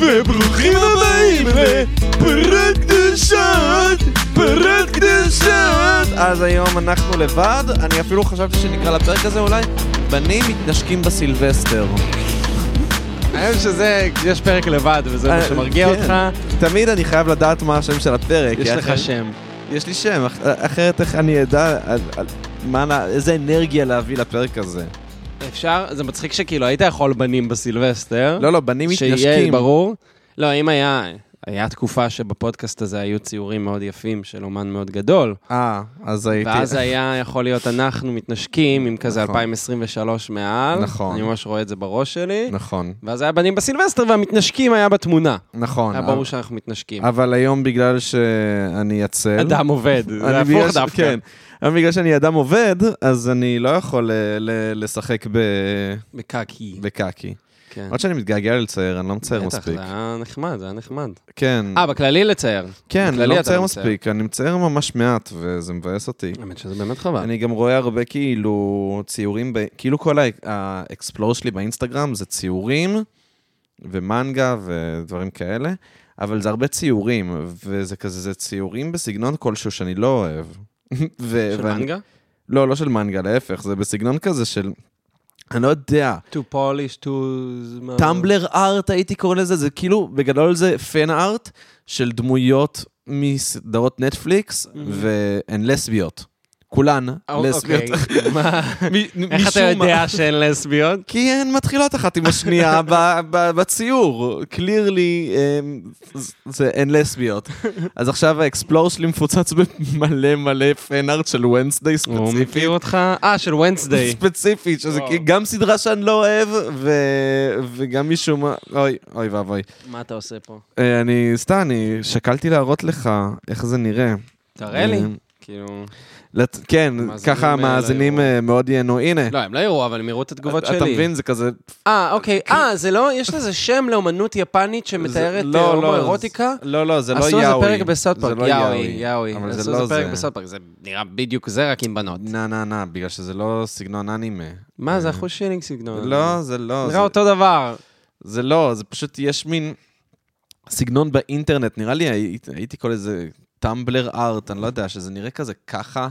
וברוכים הבאים לפרק קדושת, פרק קדושת. אז היום אנחנו לבד, אני אפילו חשבתי שנקרא לפרק הזה אולי, בנים מתנשקים בסילבסטר. האמת שזה, יש פרק לבד וזה מה אה, שמרגיע כן. אותך, תמיד אני חייב לדעת מה השם של הפרק. יש כי לך אחרת- שם. יש לי שם, אח- אחרת איך אני אדע על- על- מה נע- איזה אנרגיה להביא לפרק הזה. אפשר, זה מצחיק שכאילו היית יכול בנים בסילבסטר, לא, לא, בנים שיהיה מתנשקים. ברור. לא, אם היה, היה תקופה שבפודקאסט הזה היו ציורים מאוד יפים של אומן מאוד גדול, אה, אז הייתי... ואז היה יכול להיות אנחנו מתנשקים עם כזה נכון. 2023 מעל, נכון. אני ממש רואה את זה בראש שלי, נכון, ואז היה בנים בסילבסטר והמתנשקים היה בתמונה. נכון. היה ברור שאנחנו מתנשקים. אבל היום בגלל שאני עצל... אדם עובד, אני בגלל זה ש- הפוך דווקא. כן. אבל בגלל שאני אדם עובד, אז אני לא יכול אה, ל- לשחק ב- אוקיי, בקקי. בקקי. כן. עוד שאני מתגעגע לצייר, אני לא מצייר בטח, מספיק. זה היה נחמד, זה היה נחמד. כן, אה, בכללי לצייר. כן, אני בכללי לא אתה מצייר לא מספיק, אני מצייר ממש מעט, וזה מבאס אותי. האמת שזה באמת חבל. אני גם רואה הרבה כאילו ציורים, ב- כאילו כל ה- האקספלור שלי באינסטגרם זה ציורים ומנגה ודברים כאלה, אבל זה הרבה ציורים, וזה כזה, זה ציורים בסגנון כלשהו שאני לא אוהב. ו- של ואני- מנגה? לא, לא של מנגה, להפך, זה בסגנון כזה של... אני לא יודע, To polish, to... טמבלר ארט הייתי קורא לזה, זה כאילו, בגדול זה פן ארט של דמויות מסדרות נטפליקס, והן לסביות. כולן לסביות. לסביות. Oh, מה? מ- אה, אוקיי. איך אתה משום מה. יודע שהן לסביות? כי הן מתחילות אחת עם השנייה ב- ב- בציור. קלירלי, זה הן לסביות. אז עכשיו האקספלור שלי מפוצץ במלא מלא פן-ארט של וונסדיי הוא ספציפי. מכיר אותך? אה, של ונסדיי. ספציפית, שזה וואו. כי- גם סדרה שאני לא אוהב, ו- וגם משום מה... אוי, אוי ואבוי. מה אתה עושה פה? אה, אני, סתם, אני שקלתי להראות לך איך זה נראה. תראה לי. אה, כאילו... לת- כן, המאזינים ככה האלה המאזינים יראו. אה, מאוד ייהנו. הנה, לא, הם לא יראו, אבל הם יראו את התגובות שלי. אתה מבין, זה כזה... אה, אוקיי. אה, זה לא... יש לזה שם לאומנות יפנית זה- שמתארת לא, לא, אה, הומואירוטיקה? זה- לא, לא, זה לא עשו יאווי. איזה פרק בסאוטפארק, זה לא יאווי, יאווי. אבל זה עשו לא איזה פרק זה. בסאוטפארק, זה נראה בדיוק זה, רק עם בנות. נה, נה, נה, בגלל שזה לא סגנון אנימה. מה, זה אחוז שילינג סגנון. לא, זה לא. זה- נראה אותו דבר. זה לא, זה פשוט, יש מין סגנון באינטרנט. נראה לי, הי- הייתי קורא לזה טמבלר ארט, אני לא יודע, שזה נראה כזה ככה.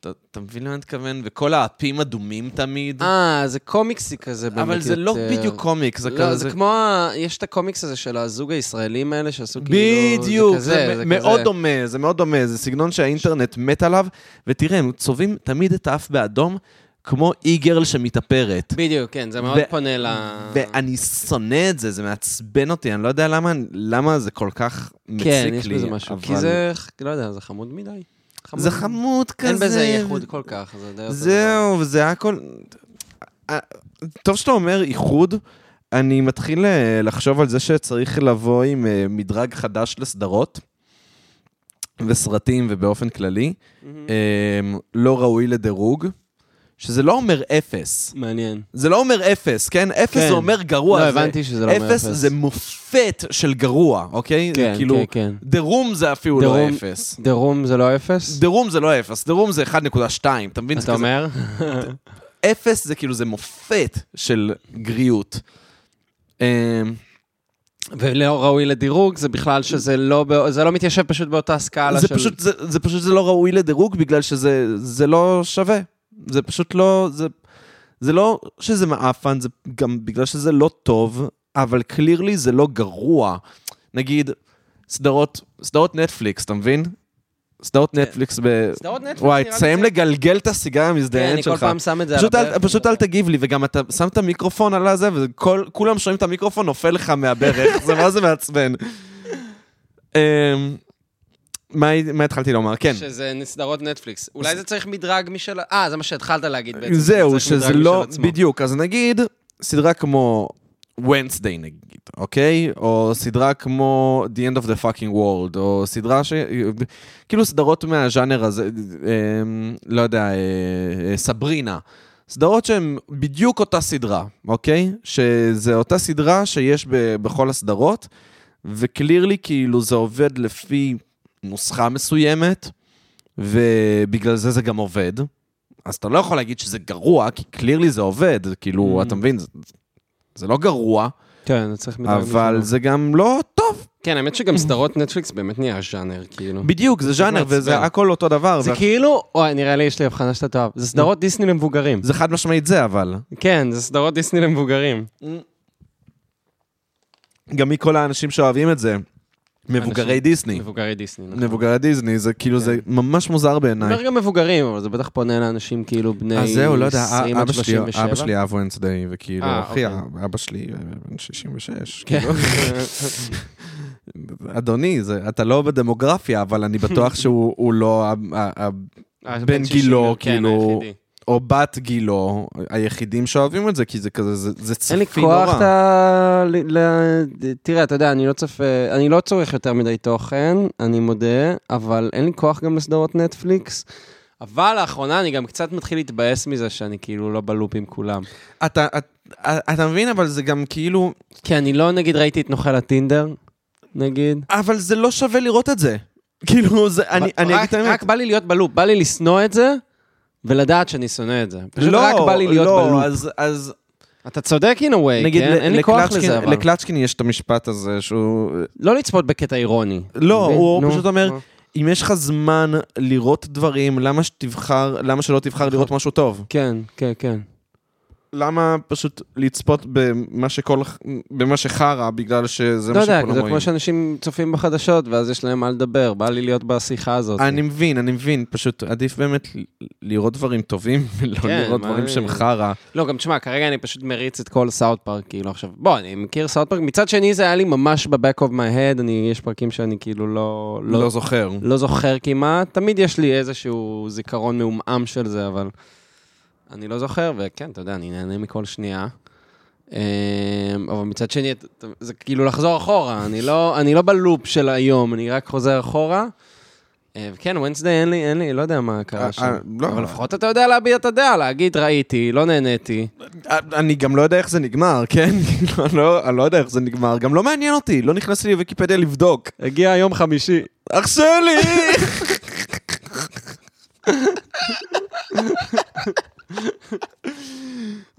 אתה- אתה מבין למה אני מתכוון? וכל האפים אדומים תמיד. אה, זה קומיקסי כזה באמת אבל זה לא יותר. בדיוק קומיקס, זה לא, כזה... זה כמו, ה- יש את הקומיקס הזה של הזוג הישראלים האלה שעשו כאילו... בדיוק, כזה, זה מ- זה מאוד כזה. דומה, זה מאוד דומה, זה סגנון שהאינטרנט מת עליו, ותראה, הם צובעים תמיד את האף באדום, כמו איגרל שמתאפרת. בדיוק, כן, זה מאוד ו- פונה ל... ואני שונא את זה, זה מעצבן אותי, אני לא יודע למה, למה זה כל כך מציק כן, לי. יש בזה משהו. כי אבל- זה, לא יודע, זה חמוד מדי. חמוד. זה חמוד כזה. אין בזה ייחוד כל כך. זה די אותו דבר. זהו, וזה הכל... אה, טוב שאתה אומר איחוד, אני מתחיל אה, לחשוב על זה שצריך לבוא עם אה, מדרג חדש לסדרות וסרטים ובאופן כללי, מהמם. אה, לא ראוי לדירוג, שזה לא אומר אפס. מעניין. זה לא אומר אפס, כן? אפס כן. זה אומר גרוע. לא, זה- הבנתי שזה לא אומר אפס אפס. זה מופת של גרוע, אוקיי? זה כן, כאילו, כן, כן. דרום זה אפילו לא דרום- אפס. דרום זה לא אפס? דרום זה לא אפס, דרום זה 1.2, אתה מבין? זה אתה כזה- אומר? אפס זה כאילו, זה מופת של גריות. אה, ולא ראוי לדירוג, זה בכלל שזה לא, בא- זה לא מתיישב פשוט באותה סקאלה זה של... פשוט, זה, זה פשוט, זה לא ראוי לדירוג בגלל שזה זה לא שווה. זה פשוט לא, זה, זה לא שזה מעפן, זה גם בגלל שזה לא טוב, אבל קלירלי זה לא גרוע. נגיד, סדרות, סדרות נטפליקס, אתה מבין? סדרות נטפליקס ב... כן. סדרות נטפליקס וואי, נראה לי תסיים זה- לגלגל את הסיגריה כן, המזדיינת אני כל שלך. פעם שם את זה פשוט על אל, הברך. פשוט אל תגיב לי, וגם אתה שם את המיקרופון על הזה, וכולם שומעים את המיקרופון נופל לך מהברך, זה מה זה מעצבן. אמ, מה הי- מה התחלתי לומר? כן. שזה סדרות נטפליקס. אולי זה צריך מדרג משל... אה, זה מה שהתחלת להגיד בעצם. זהו, צריך שזה מדרג לא... משל עצמו. בדיוק, אז נגיד, סדרה כמו Wednesday נגיד, אוקיי? או סדרה כמו The End of the Fucking World, או סדרה ש... כאילו סדרות מהז'אנר הזה, אמ, לא יודע, אה, אה, סברינה. סדרות שהן בדיוק אותה סדרה, אוקיי? שזה אותה סדרה שיש ב- בכל הסדרות, וקלירלי כאילו זה עובד לפי נוסחה מסוימת, ובגלל זה זה גם עובד. אז אתה לא יכול להגיד שזה גרוע, כי קלירלי זה עובד, כאילו, Mm. אתה מבין, זה, זה לא גרוע, כן, אני צריך מדרג אבל משלו. זה גם לא טוב. כן, האמת שגם סדרות נטפליקס באמת נהיה ז'אנר, כאילו. בדיוק, זה ז'אנר מעצבן. וזה הכל אותו דבר. זה זה, כאילו, אוי, נראה לי יש לי הבחנה שאתה תאהב. זה סדרות דיסני למבוגרים. זה חד משמעית זה, אבל. כן, זה סדרות דיסני למבוגרים. גם מכל האנשים שאוהבים את זה, מבוגרי אנשים- דיסני. מבוגרי דיסני, נכון. מבוגרי דיסני, זה כאילו, זה כן. ממש מוזר אני בעיניי. אומר גם מבוגרים, אבל זה בטח פונה לאנשים כאילו בני אז זהו, לא יודע, 20 עד אבא שלי- 37. אבא שלי אהב ונסדיי, וכאילו, אה, אחי, אוקיי. אבא שלי אה, בן 66. כן. כאילו. אדוני, זה- אתה לא בדמוגרפיה, אבל אני בטוח שהוא הוא לא ה- ה- ה- אה, בן שישים, גילו, כן, כאילו, היחידי. או בת גילו היחידים שאוהבים את זה, כי זה כזה, זה זה אין לי צפי כוח, נורא. אתה... ל- ל- תראה, אתה יודע, אני לא צופה, אני לא צורך יותר מדי תוכן, אני מודה, אבל אין לי כוח גם לסדרות נטפליקס. אבל לאחרונה אני גם קצת מתחיל להתבאס מזה שאני כאילו לא בלופ עם כולם. אתה אתה- אתה מבין, אבל זה גם כאילו, כי אני לא, נגיד, ראיתי את נוכל הטינדר, נגיד. אבל זה לא שווה לראות את זה. כאילו, זה, אני רק- אני אגיד את האמת. רק בא לי להיות בלופ, בא לי לשנוא את זה, ולדעת שאני שונא את זה. פשוט לא, רק בא לי להיות לא, בלופ. אז- אז אתה צודק in a way, נגיד, כן? ל- אין לי כוח לקלצ'קין- לזה, אבל. לקלצ'קין יש את המשפט הזה שהוא... לא לצפות בקטע אירוני. לא, מבין? הוא נו, פשוט אומר, נו. אם יש לך זמן לראות דברים, למה שתבחר, למה שלא נכון. תבחר לראות משהו טוב? כן, כן, כן. למה פשוט לצפות במה שכל... במה שחרא, בגלל שזה לא מה יודע, שכולם זה רואים? כמו שאנשים צופים בחדשות, ואז יש להם מה לדבר, בא לי להיות בשיחה הזאת. אני מבין, אני מבין, פשוט עדיף באמת ל- לראות דברים טובים, ולא כן, לראות מה דברים אני- שהם חרא. לא, גם תשמע, כרגע אני פשוט מריץ את כל סאוט פארק, כאילו עכשיו, בוא, אני מכיר סאוט פארק, מצד שני זה היה לי ממש ב-back of my head, אני, יש פרקים שאני כאילו לא... לא זוכר. לא זוכר כמעט, תמיד יש לי איזשהו זיכרון מעומעם של זה, אבל אני לא זוכר, וכן, אתה יודע, אני נהנה מכל שנייה. אמ, אבל מצד שני, את- את- זה כאילו לחזור אחורה, אני לא, אני לא בלופ של היום, אני רק חוזר אחורה. אה, וכן, וונסדיי אין לי, אין לי, לא יודע מה אה, אה, קרה שם. לא. אבל לפחות אתה יודע להביע את הדעה, להגיד, ראיתי, לא נהניתי. אני גם לא יודע איך זה נגמר, כן? כאילו, אני לא- אני לא יודע איך זה נגמר. גם לא מעניין אותי, לא נכנסתי לוויקיפדיה לבדוק. הגיע יום חמישי. אח שלי!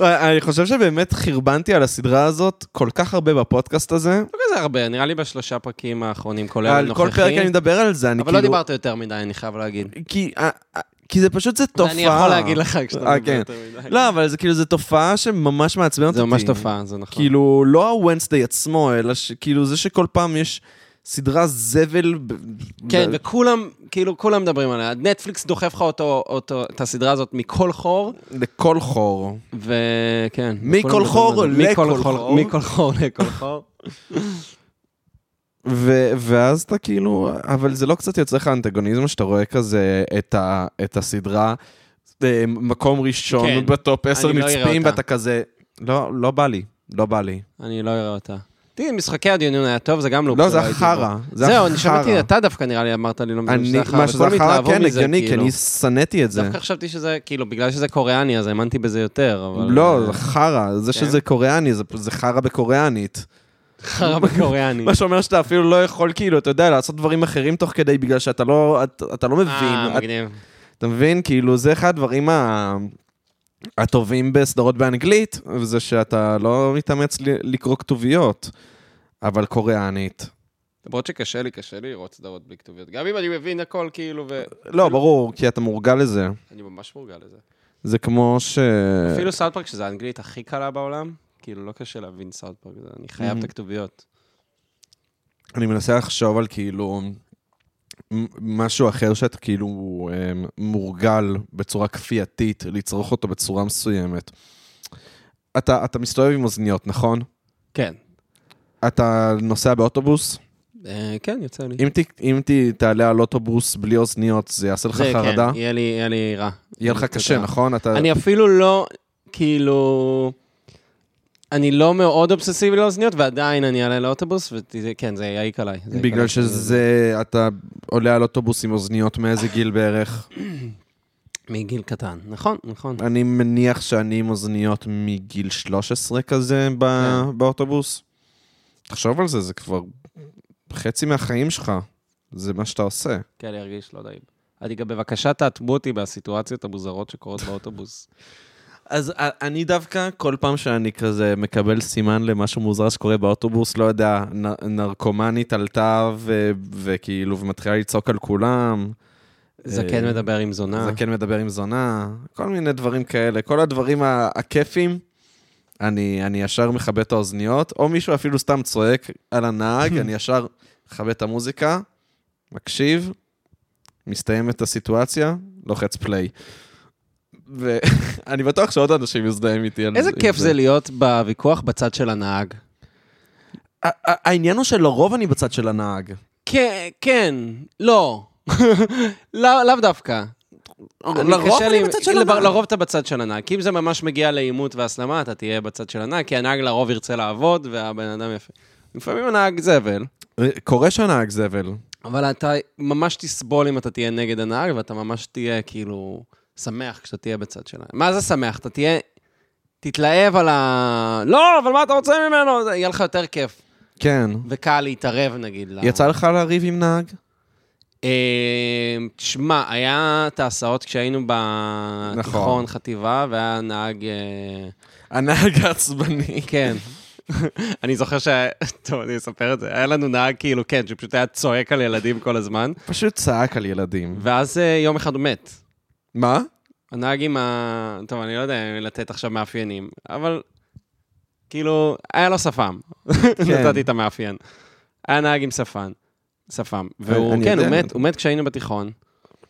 אני חושב שבאמת חרבנתי על הסדרה הזאת כל כך הרבה בפודקאסט הזה. לא כזה הרבה, נראה לי בשלושה פרקים האחרונים, כולל על כל פרק אני הנוכחי. מדבר על זה, אני אבל לא כאילו... דיברת יותר מדי, אני חייב להגיד. כי, אה, אה, כי זה פשוט, זה תופעה. אני יכול להגיד לך כשאתה אה, מדבר כן. יותר מדי. לא, אבל זה כאילו, זה תופעה שממש מעצבנת אותי. זה ממש תופעה, זה נכון. כאילו, לא הוונסדיי עצמו, אלא שכאילו זה שכל פעם יש סדרה זבל. ב- כן, ב- וכולם, כאילו, כולם מדברים עליה. נטפליקס דוחף לך אותו, אותו, את הסדרה הזאת מכל חור, לכל חור. וכן. מכל וכולם מדברים חור על זה. מכל לכל חור. מכל חור לכל חור. ו- ואז אתה כאילו, אבל זה לא קצת יוצא לך אנטגוניזם שאתה רואה כזה את, ה- את הסדרה, אה, מקום ראשון כן. בטופ 10 אני לא אראה נצפים, אותה. ואתה כזה, לא, לא בא לי, לא בא לי. אני לא אראה אותה. תראי, משחקי הדיונון היה טוב, זה גם לא... לא, זה הייתי החרא, בו. זה זהו, אני החרא. שמעתי, אתה דווקא נראה לי אמרת לי לא מבין אני, שזה החרא, מה שזה וכולם אחר, התלהבו כן, מזה, הגיוני, כי כאילו. אני שנאתי את זה. לא דווקא חשבתי שזה, כאילו, בגלל שזה קוריאני, אז האמנתי בזה יותר, אבל... אה, לא, זה חרא, זה כן? שזה קוריאני, זה- זה חרא בקוריאנית. חרא בקוריאני. מה שאומר שאתה אפילו לא יכול, כאילו, אתה יודע, לעשות דברים אחרים תוך כדי, בגלל שאתה לא, אתה, אתה לא אה, מבין. את, מגניב. אתה מבין? כאילו, זה אחד הדברים ה... הטובים בסדרות באנגלית, זה שאתה לא מתאמץ ל- לקרוא כתוביות, אבל קוריאנית. למרות שקשה לי, קשה לי לראות סדרות בלי כתוביות. גם אם אני מבין הכל, כאילו, ו... לא, ברור, כי אתה מורגל לזה. אני ממש מורגל לזה. זה כמו ש... אפילו סאוטפארק, שזה האנגלית הכי קלה בעולם, כאילו, לא קשה להבין סאוטפארק, זה- אני חייב את הכתוביות. אני מנסה לחשוב על כאילו מ- משהו אחר שאתה כאילו אה, מורגל בצורה כפייתית, לצרוך אותו בצורה מסוימת. אתה, אתה מסתובב עם אוזניות, נכון? כן. אתה נוסע באוטובוס? אה, כן, יוצא לי. אם, ת, אם ת, תעלה על אוטובוס בלי אוזניות, זה יעשה לך זה, חרדה? כן, יהיה לי- יהיה לי רע. יהיה לך אני קשה, קצת רע. נכון? אתה... אני אפילו לא, כאילו... אני לא מאוד אובססיבי לאוזניות, ועדיין אני אעלה לאוטובוס, וכן, זה יעיק עליי. זה יעיק בגלל עליי. שזה, אתה עולה על אוטובוס עם אוזניות מאיזה גיל בערך? מגיל קטן, נכון, נכון. אני מניח שאני עם אוזניות מגיל 13 כזה ב... כן. באוטובוס. תחשוב על זה, זה כבר חצי מהחיים שלך. זה מה שאתה עושה. כן, אני ארגיש לא נעים. אני גם בבקשה תעטמו אותי מהסיטואציות המוזרות שקורות באוטובוס. אז א- אני דווקא, כל פעם שאני כזה מקבל סימן למשהו מוזר שקורה באוטובוס, לא יודע, נ- נרקומנית עלתה ו- וכאילו, ומתחילה לצעוק על כולם. זקן אה, מדבר עם זונה. זקן מדבר עם זונה, כל מיני דברים כאלה. כל הדברים ה- הכיפים, אני, אני ישר מכבה את האוזניות, או מישהו אפילו סתם צועק על הנהג, אני ישר מכבה את המוזיקה, מקשיב, מסתיים את הסיטואציה, לוחץ פליי. ואני בטוח שעוד אנשים מזדהים איתי על איזה עם כיף זה להיות בוויכוח בצד של הנהג. ה- ה- העניין הוא שלרוב אני בצד של הנהג. כן, כן, לא. לא- לאו דווקא. אני לרוב קשה אני לי- בצד של לב- הנהג. לרוב אתה בצד של הנהג. כי אם זה ממש מגיע לעימות והסלמה, אתה תהיה בצד של הנהג, כי הנהג לרוב ירצה לעבוד, והבן אדם יפה. לפעמים הנהג זבל, אה, קורה שהנהג זבל. אבל אתה ממש תסבול אם אתה תהיה נגד הנהג, ואתה ממש תהיה כאילו שמח כשאתה תהיה בצד של הנהג. מה זה שמח? אתה תהיה... תתלהב על ה... לא, אבל מה אתה רוצה ממנו? זה- יהיה לך יותר כיף. כן. וקל להתערב, נגיד. ל- יצא לך לריב עם נהג? אה, תשמע, היה את ההסעות כשהיינו בתיכון נכון. חטיבה, והיה נהג... אה, הנהג העצבני. כן. אני זוכר ש... טוב, אני אספר את זה. היה לנו נהג כאילו, כן, שפשוט היה צועק על ילדים כל הזמן, פשוט צעק על ילדים. ואז אה, יום אחד הוא מת. מה? הנהג עם ה... טוב, אני לא יודע אם לתת עכשיו מאפיינים, אבל כאילו, היה לו שפם. נתתי את המאפיין. היה נהג עם שפן, שפם. והוא, אני כן, הוא יודע. מת, הוא מת כשהיינו בתיכון.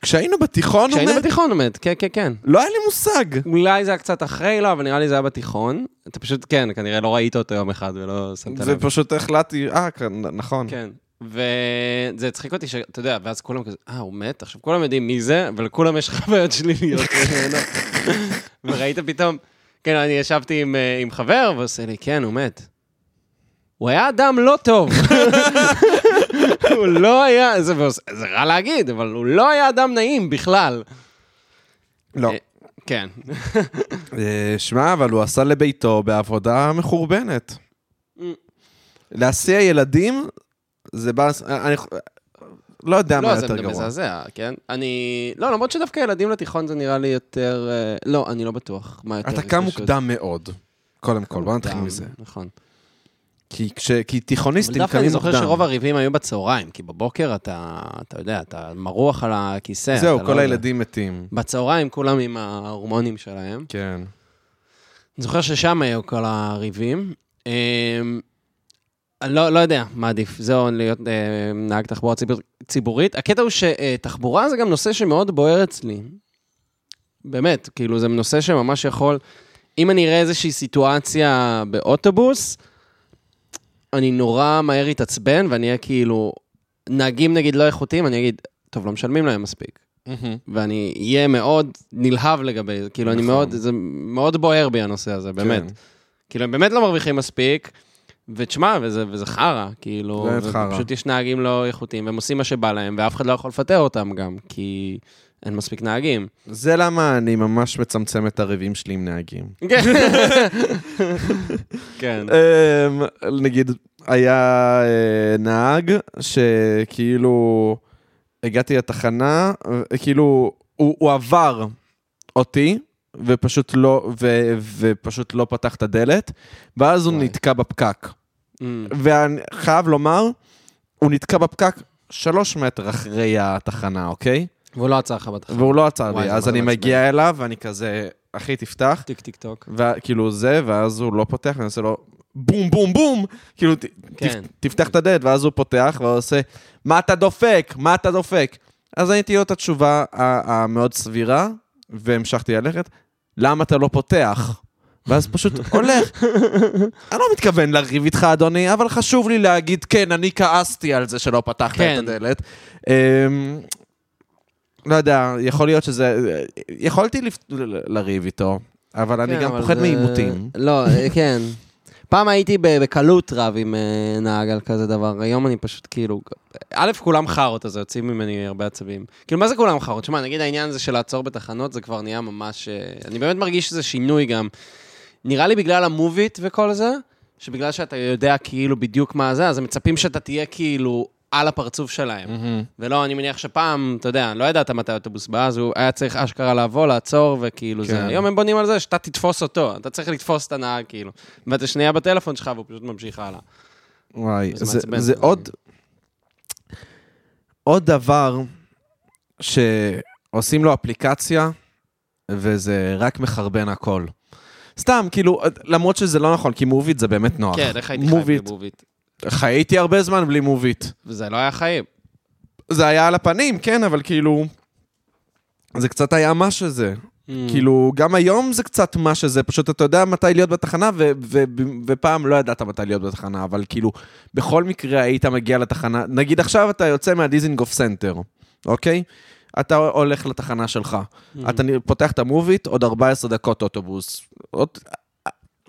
כשהיינו בתיכון הוא כשהיינו מת? בתיכון הוא מת, כן, כן, כן. לא היה לי מושג. אולי זה היה קצת אחרי, לא, אבל נראה לי זה היה בתיכון. אתה פשוט, כן, כנראה לא ראית אותו יום אחד ולא שמת זה לב. פשוט החלטתי, אה, כן, נכון. כן. וזה הצחיק אותי, שאתה יודע, ואז כולם כזה, אה, הוא מת? עכשיו כולם יודעים מי זה, ולכולם יש חוויות שליליות ממנו. וראית פתאום, כן, אני ישבתי עם, אה, עם חבר, והוא עושה לי, כן, הוא מת. הוא היה אדם לא טוב. הוא לא היה, זה, ועושה- זה רע להגיד, אבל הוא לא היה אדם נעים בכלל. לא. אה, כן. אה, שמע, אבל הוא עשה לביתו בעבודה מחורבנת. Mm. להסיע ילדים, זה בא... אה, אני לא יודע מה לא, זה יותר גם גרוע. מזעזע, כן? אני... לא, למרות שדווקא ילדים לתיכון זה נראה לי יותר... אה, לא, אני לא בטוח. מה יותר אתה התרגשות. קם מוקדם מאוד. קודם כל, בוא נתחיל מוקדם, מזה. נכון. כי כש- כי אבל תיכוניסטים דווקא אני קמים זוכר שרוב מוקדם. הריבים היו בצהריים, כי בבוקר אתה, אתה יודע, אתה מרוח על הכיסא. זהו, אתה לא כל יודע. Mm-hmm. הילדים מתים. בצהריים כולם עם ההורמונים שלהם. כן. אני זוכר ששם היו כל הריבים. אמ, אני לא, לא יודע מה עדיף, זה או להיות אה, נהג תחבורה ציבור, ציבורית. הקטע הוא שתחבורה זה גם נושא שמאוד בוער אצלי. באמת, כאילו זה נושא שממש יכול... אם אני אראה איזושהי סיטואציה באוטובוס, אני נורא מהר אתעצבן ואני אהיה כאילו... נהגים נגיד לא איכותיים, אני אגיד, טוב, לא משלמים להם מספיק. ואני אהיה מאוד נלהב לגבי זה, כאילו אני נכון. מאוד, זה מאוד בוער בי הנושא הזה, באמת. כן. כאילו, הם באמת לא מרוויחים מספיק, ותשמע, וזה, וזה חרא, כאילו... באמת ו- חרא. פשוט יש נהגים לא איכותיים, והם עושים מה שבא להם, ואף אחד לא יכול לפטר אותם גם, כי אין מספיק נהגים. זה למה אני ממש מצמצם את הריבים שלי עם נהגים. כן. אמ, נגיד, היה אה, נהג שכאילו, הגעתי לתחנה, אה, כאילו, הוא, הוא עבר אותי, ופשוט לא, ו, ופשוט לא פתח את הדלת, ואז הוא וואי. נתקע בפקק. אמ, ואני חייב לומר, הוא נתקע בפקק שלוש מטר אחרי התחנה, אוקיי? והוא לא עצר לך בתחום. והוא לא עצר וואי, לי, זה אז מאוד אני מעצבן. מגיע אליו, ואני כזה, אחי, תפתח. טיק טיק טוק. וכאילו זה, ואז הוא לא פותח, אני עושה לו בום, בום, בום, כאילו, ת, כן. תפ, תפתח את הדלת, ואז הוא פותח, והוא עושה, מה אתה דופק? מה אתה דופק? אז אני תהיה לו את התשובה ה- המאוד סבירה, והמשכתי ללכת, למה אתה לא פותח? ואז פשוט הולך. אני לא מתכוון לריב איתך, אדוני, אבל חשוב לי להגיד, כן, אני כעסתי על זה שלא פתחת כן. את הדלת. אמ, לא יודע, יכול להיות שזה... יכולתי לפ- ל- לריב איתו, אבל אני כן, גם אבל פוחד זה- מעימותים. לא, אה, כן. פעם הייתי ב- בקלות רב עם אה, נהג על כזה דבר, היום אני פשוט כאילו... א', כולם חארות, אז יוצאים ממני הרבה עצבים. כאילו, מה זה כולם חארות? שמע, נגיד העניין הזה של לעצור בתחנות, זה כבר נהיה ממש... אה, אני באמת מרגיש שזה שינוי גם. נראה לי בגלל המובית וכל זה, שבגלל שאתה יודע כאילו בדיוק מה זה, אז הם מצפים שאתה תהיה כאילו על הפרצוף שלהם. ולא, אני מניח שפעם, אתה יודע, לא ידעת מתי האוטובוס בא, אז הוא היה צריך אשכרה לבוא, לעצור, וכאילו כן. זה. היום הם בונים על זה שאתה תתפוס אותו, אתה צריך לתפוס את הנהג, כאילו. ואתה שנייה בטלפון שלך, והוא פשוט ממשיך הלאה. וואי, זה זה, מעצבן. זה עוד... עוד דבר שעושים לו אפליקציה, וזה רק מחרבן הכל. סתם, כאילו, למרות שזה לא נכון, כי מוביט זה באמת נוח. כן, איך הייתי חי מוביט. במובית? חייתי הרבה זמן בלי מוביט. וזה לא היה חיים. זה היה על הפנים, כן, אבל כאילו... זה קצת היה מה שזה. Mm. כאילו, גם היום זה קצת מה שזה, פשוט אתה יודע מתי להיות בתחנה, ו- ו- ופעם לא ידעת מתי להיות בתחנה, אבל כאילו, בכל מקרה היית מגיע לתחנה, נגיד עכשיו אתה יוצא מהדיזינגוף סנטר, אוקיי? אתה הולך לתחנה שלך, Mm. Mm. אתה נ- פותח את המוביט, עוד 14 דקות אוטובוס. עוד...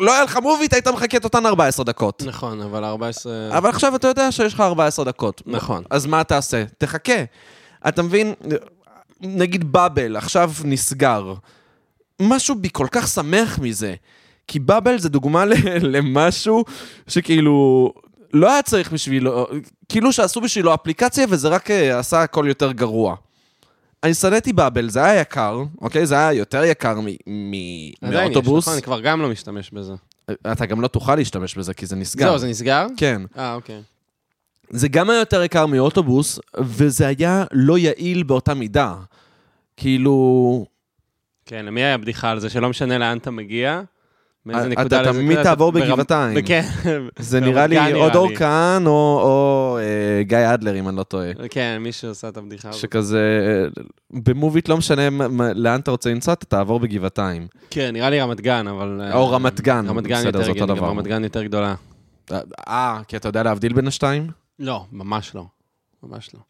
לא היה לך מוביט, היית מחכה את אותן 14 דקות. נכון, אבל 14... אבל עכשיו אתה יודע שיש לך 14 דקות. נכון. אז מה תעשה? תחכה. אתה מבין, נגיד באבל, עכשיו נסגר. משהו בי כל כך שמח מזה. כי באבל זה דוגמה ל- למשהו שכאילו לא היה צריך בשבילו, כאילו שעשו בשבילו אפליקציה וזה רק אה, עשה הכל יותר גרוע. אני שנאתי באבל, זה היה יקר, אוקיי? זה היה יותר יקר מ- מ- עדיין יש, מאוטובוס. נכון, אני כבר גם לא משתמש בזה. אתה גם לא תוכל להשתמש בזה כי זה נסגר. זהו, זה נסגר? כן. אה, אוקיי. זה גם היה יותר יקר מאוטובוס, וזה היה לא יעיל באותה מידה. כאילו, כן, למי היה בדיחה על זה? שלא משנה לאן אתה מגיע, מאיזה אה, אתה נקודה לאיזה תמיד נקודה, תעבור ברמ- בגבעתיים. כן. זה ברמת נראה גן לי נראה או דור כהן או, או אה, גיא אדלר, אם אני לא טועה. כן, מישהו עשה את הבדיחה הזאת. שכזה, אה, במוביט לא משנה מה- מה- לאן אתה רוצה לנסוע, אתה תעבור בגבעתיים. כן, נראה לי רמת גן, אבל... אה, או רמת גן, רמת גן בסדר, יותר זה אותו הגיוני, גם דבר. רמת גן יותר גדולה. אה, כי אתה יודע להבדיל בין השתיים? לא, ממש לא. ממש לא.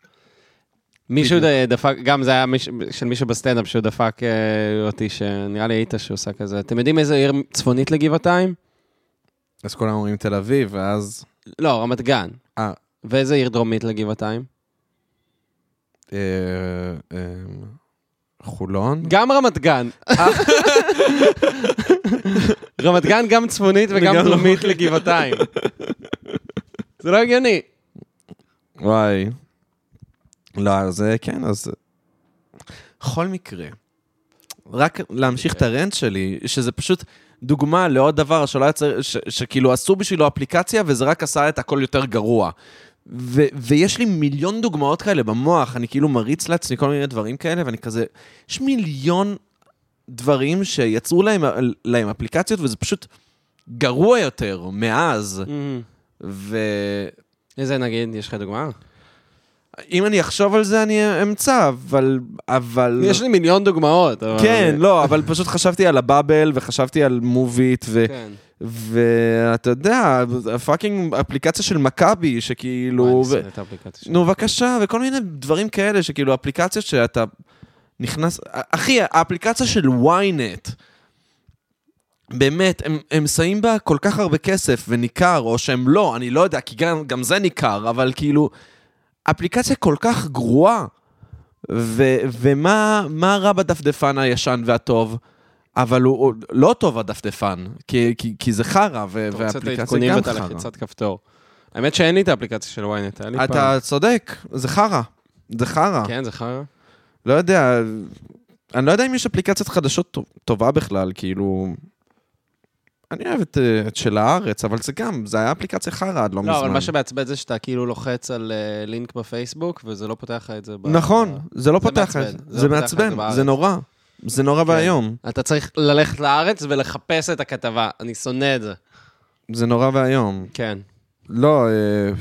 מישהו ד- דפק, גם זה היה מיש, של מישהו בסטנדאפ שהוא דפק אה, אותי, שנראה לי היית שהוא עשה כזה. אתם יודעים איזה עיר צפונית לגבעתיים? אז כולם אומרים תל אביב, ואז... לא, רמת גן. אה. ואיזה עיר דרומית לגבעתיים? אה, אה, חולון? גם רמת גן. אה. רמת גן גם צפונית וגם וגם לא. דרומית לגבעתיים. זה לא הגיוני. וואי. לא, אז אה, כן, אז... בכל מקרה, רק להמשיך את הרנט שלי, שזה פשוט דוגמה לעוד דבר שלא היה צריך, ש- שכאילו עשו בשבילו אפליקציה וזה רק עשה את הכל יותר גרוע. ו- ויש לי מיליון דוגמאות כאלה במוח, אני כאילו מריץ לעצמי כל מיני דברים כאלה, ואני כזה, יש מיליון דברים שיצרו להם, להם אפליקציות, וזה פשוט גרוע יותר מאז. ו... Mm-hmm. איזה נגיד, יש לך דוגמה? אם אני אחשוב על זה, אני אמצא, אבל... אבל... יש לי מיליון דוגמאות. אבל- אה, כן, לא, אבל פשוט חשבתי על הבאבל, וחשבתי על מוביט, ו... כן. ואתה יודע, הפאקינג אפליקציה של מכבי, וואי, שכאילו... אני ו... שונא את האפליקציה שלי. נו, בבקשה, וכל מיני דברים כאלה, שכאילו אפליקציות שאתה נכנס... אחי, האפליקציה של ynet, באמת, הם, הם שמים בה כל כך הרבה כסף וניכר, או שהם לא, אני לא יודע, כי גם, גם זה ניכר, אבל כאילו, אפליקציה כל כך גרועה. ו, ומה מה רע בדפדפן הישן והטוב? אבל הוא, הוא לא טוב הדפדפן, כי, כי, כי זה חרא, ו- אתה רוצה את והאפליקציה העדכונים גם ואתה חרא. לחיצת כפתור. האמת שאין לי את האפליקציה של ynet, היה לי פעם. אתה צודק, זה חרא. זה חרא. כן, זה חרא. לא יודע, אני לא יודע אם יש אפליקציית חדשות טוב- טובה בכלל, כאילו... אני אוהב את, אה, את של הארץ, אבל זה גם, זה היה אפליקציה חרא עד לא מזמן. לא, אבל מה שמעצבן זה שאתה כאילו לוחץ על אה, לינק בפייסבוק, וזה לא פותח לך את זה. ב- נכון, זה לא זה פותח את מעצבן, זה. זה לא פותח לך את כן. זה מעצבן, בארץ. זה נורא. זה נורא ואיום. אתה צריך ללכת לארץ ולחפש את הכתבה. אני שונא את זה. זה נורא ואיום. כן. לא, אה,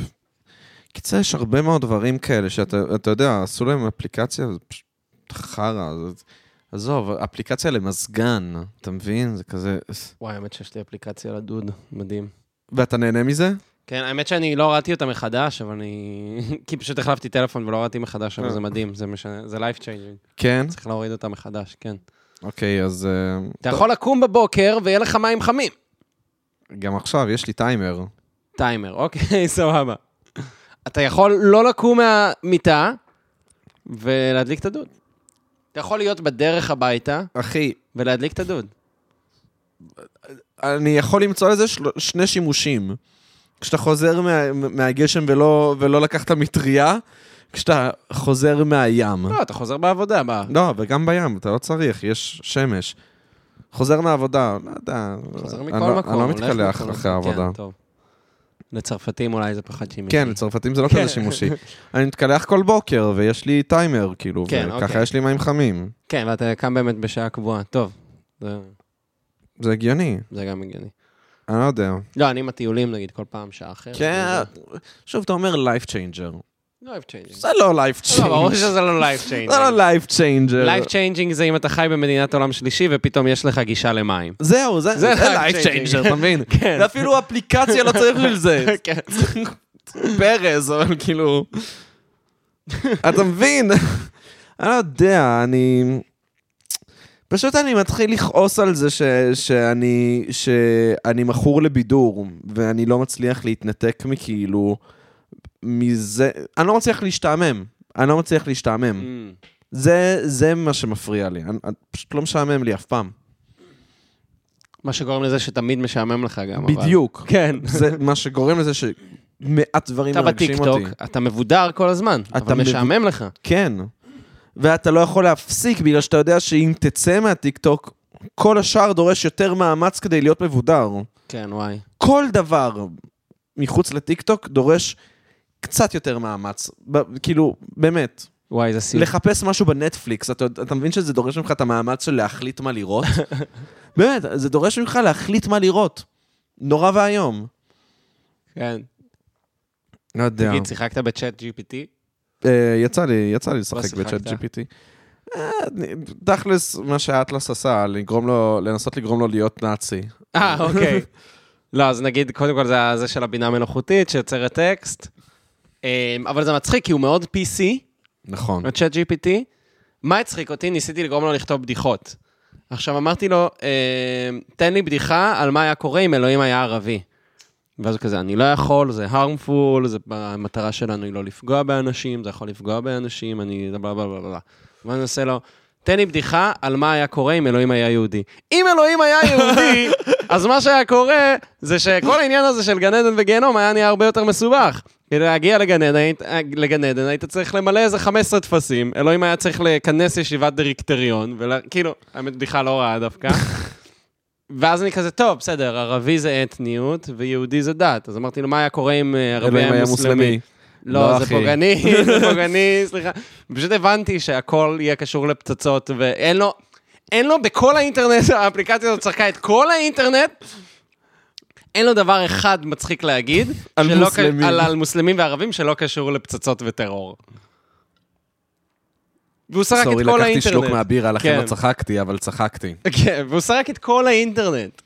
קיצר, יש הרבה מאוד דברים כאלה שאתה אתה יודע, עשו להם אפליקציה, זה פשוט חרא. זה- עזוב, אפליקציה למזגן, אתה מבין? זה כזה... וואי, האמת שיש לי אפליקציה לדוד, מדהים. ואתה נהנה מזה? כן, האמת שאני לא הורדתי אותה מחדש, אבל אני... כי פשוט החלפתי טלפון ולא הורדתי מחדש, אבל אה. זה מדהים, זה משנה, זה life changing. כן? צריך להוריד אותה מחדש, כן. אוקיי, אז... אה, אתה יכול לקום בבוקר ויהיה לך מים חמים. גם עכשיו, יש לי טיימר. טיימר, אוקיי, סבבה. אתה יכול לא לקום מהמיטה ולהדליק את הדוד. אתה יכול להיות בדרך הביתה אחי, ולהדליק את הדוד. אני יכול למצוא לזה של... שני שימושים. כשאתה חוזר מה, מהגשם ולא, ולא לקחת מטריה, כשאתה חוזר מהים. לא, אתה חוזר בעבודה, מה? לא, וגם בים, אתה לא צריך, יש שמש. חוזר מהעבודה, לא יודע. חוזר אני מכל לא- מקום. אני לא הולך מתקלח מכל- אחרי העבודה. כן, טוב. לצרפתים אולי זה פחות שימי. כן, לצרפתים זה לא כזה שימושי. אני מתקלח כל בוקר, ויש לי טיימר, כאילו, כן, וככה אוקיי. יש לי מים חמים. כן, ואתה קם באמת בשעה קבועה. טוב, זה- זה הגיוני, זה גם הגיוני. אני לא יודע. לא, אני עם הטיולים, נגיד, כל פעם שעה אחרת. כן, וזה- שוב, אתה אומר לייף צ'יינגר. לא אוהב צ'יינג'ינג. זה לא לייף לא, ברור צ'יינג'ר. שזה לא לייב זה צ'יינג'ינג. לא לייף צ'יינג'ר. לייב צ'יינג'ינג זה אם אתה חי במדינת עולם שלישי ופתאום יש לך גישה למים. זהו, זה זה life לייף צ'יינג'ר, changer. אתה מבין? כן. זה אפילו אפליקציה לא צריך בשביל זה. כן. פרז, אבל כאילו... אתה מבין? אני לא יודע, אני... פשוט אני מתחיל לכעוס על זה ש, שאני, שאני מכור לבידור, ואני לא מצליח להתנתק מכאילו, מזה, אני לא מצליח להשתעמם. אני לא מצליח Mm. להשתעמם. זה, זה מה שמפריע לי. אני, אני פשוט לא משעמם לי אף פעם. מה שגורם לזה שתמיד משעמם לך גם, אבל... בדיוק. כן. זה מה שגורם לזה שמעט דברים אתה מרגשים אותי. בטיקטוק, אתה מבודר כל הזמן, אתה אבל מבו- משעמם לך. כן. ואתה לא יכול להפסיק, בגלל שאתה יודע שאם תצא מהטיקטוק, כל השאר דורש יותר מאמץ כדי להיות מבודר. כן, וואי. כל דבר מחוץ לטיקטוק דורש קצת יותר מאמץ. ב- כאילו, באמת. וואי, זה סיוט. לחפש משהו בנטפליקס, אתה, אתה מבין שזה דורש ממך את המאמץ של להחליט מה לראות? באמת, זה דורש ממך להחליט מה לראות. נורא ואיום. כן. לא יודע. תגיד, שיחקת בצ'אט GPT? אה, יצא לי, יצא לי לא לשחק שיחקת? בצ'אט GPT. אה, תכלס, מה שאטלס עשה, לגרום לו, לנסות לגרום לו להיות נאצי. אה, אוקיי. לא, אז נגיד, קודם כל זה ה- זה של הבינה המלאכותית שיוצרת טקסט. אמ, אבל זה מצחיק, כי הוא מאוד PC, נכון. הצ'אט GPT. מה הצחיק אותי? ניסיתי לגרום לו לכתוב בדיחות. עכשיו אמרתי לו, אמ, תן לי בדיחה על מה היה קורה אם אלוהים היה ערבי. ואז הוא כזה, אני לא יכול, זה harmful, זה, המטרה שלנו היא לא לפגוע באנשים, זה יכול לפגוע באנשים, אני... בלה בלה בלה בלה. ואז אני עושה לו, תן לי בדיחה על מה היה קורה אם אלוהים היה יהודי. אם אלוהים היה יהודי, אז מה שהיה קורה זה שכל העניין הזה של גן עדן וגיהנום היה נהיה הרבה יותר מסובך. כדי להגיע לגן עדן, היית- לגן עדן היית צריך למלא איזה 15 טפסים, אלוהים היה צריך לכנס ישיבת דירקטוריון, וכאילו, האמת בדיחה לא רעה דווקא. ואז אני כזה, טוב, בסדר, ערבי זה אתניות ויהודי זה דת. אז אמרתי לו, מה היה קורה אם אה, ערבי אלוהים היה מוסלמי? לא, לא, זה אחי. פוגעני, זה פוגעני, סליחה. פשוט הבנתי שהכל יהיה קשור לפצצות, ואין לו, אין לו בכל האינטרנט, האפליקציה הזאת צחקה את כל האינטרנט, אין לו דבר אחד מצחיק להגיד, על שלא ק- מוסלמים. על, על מוסלמים וערבים שלא קשור לפצצות וטרור. והוא סרק את סורי, כל לקחתי שלוק האינטרנט. מהבירה, לכן כן. לא צחקתי, אבל צחקתי. כן, והוא סרק את כל האינטרנט.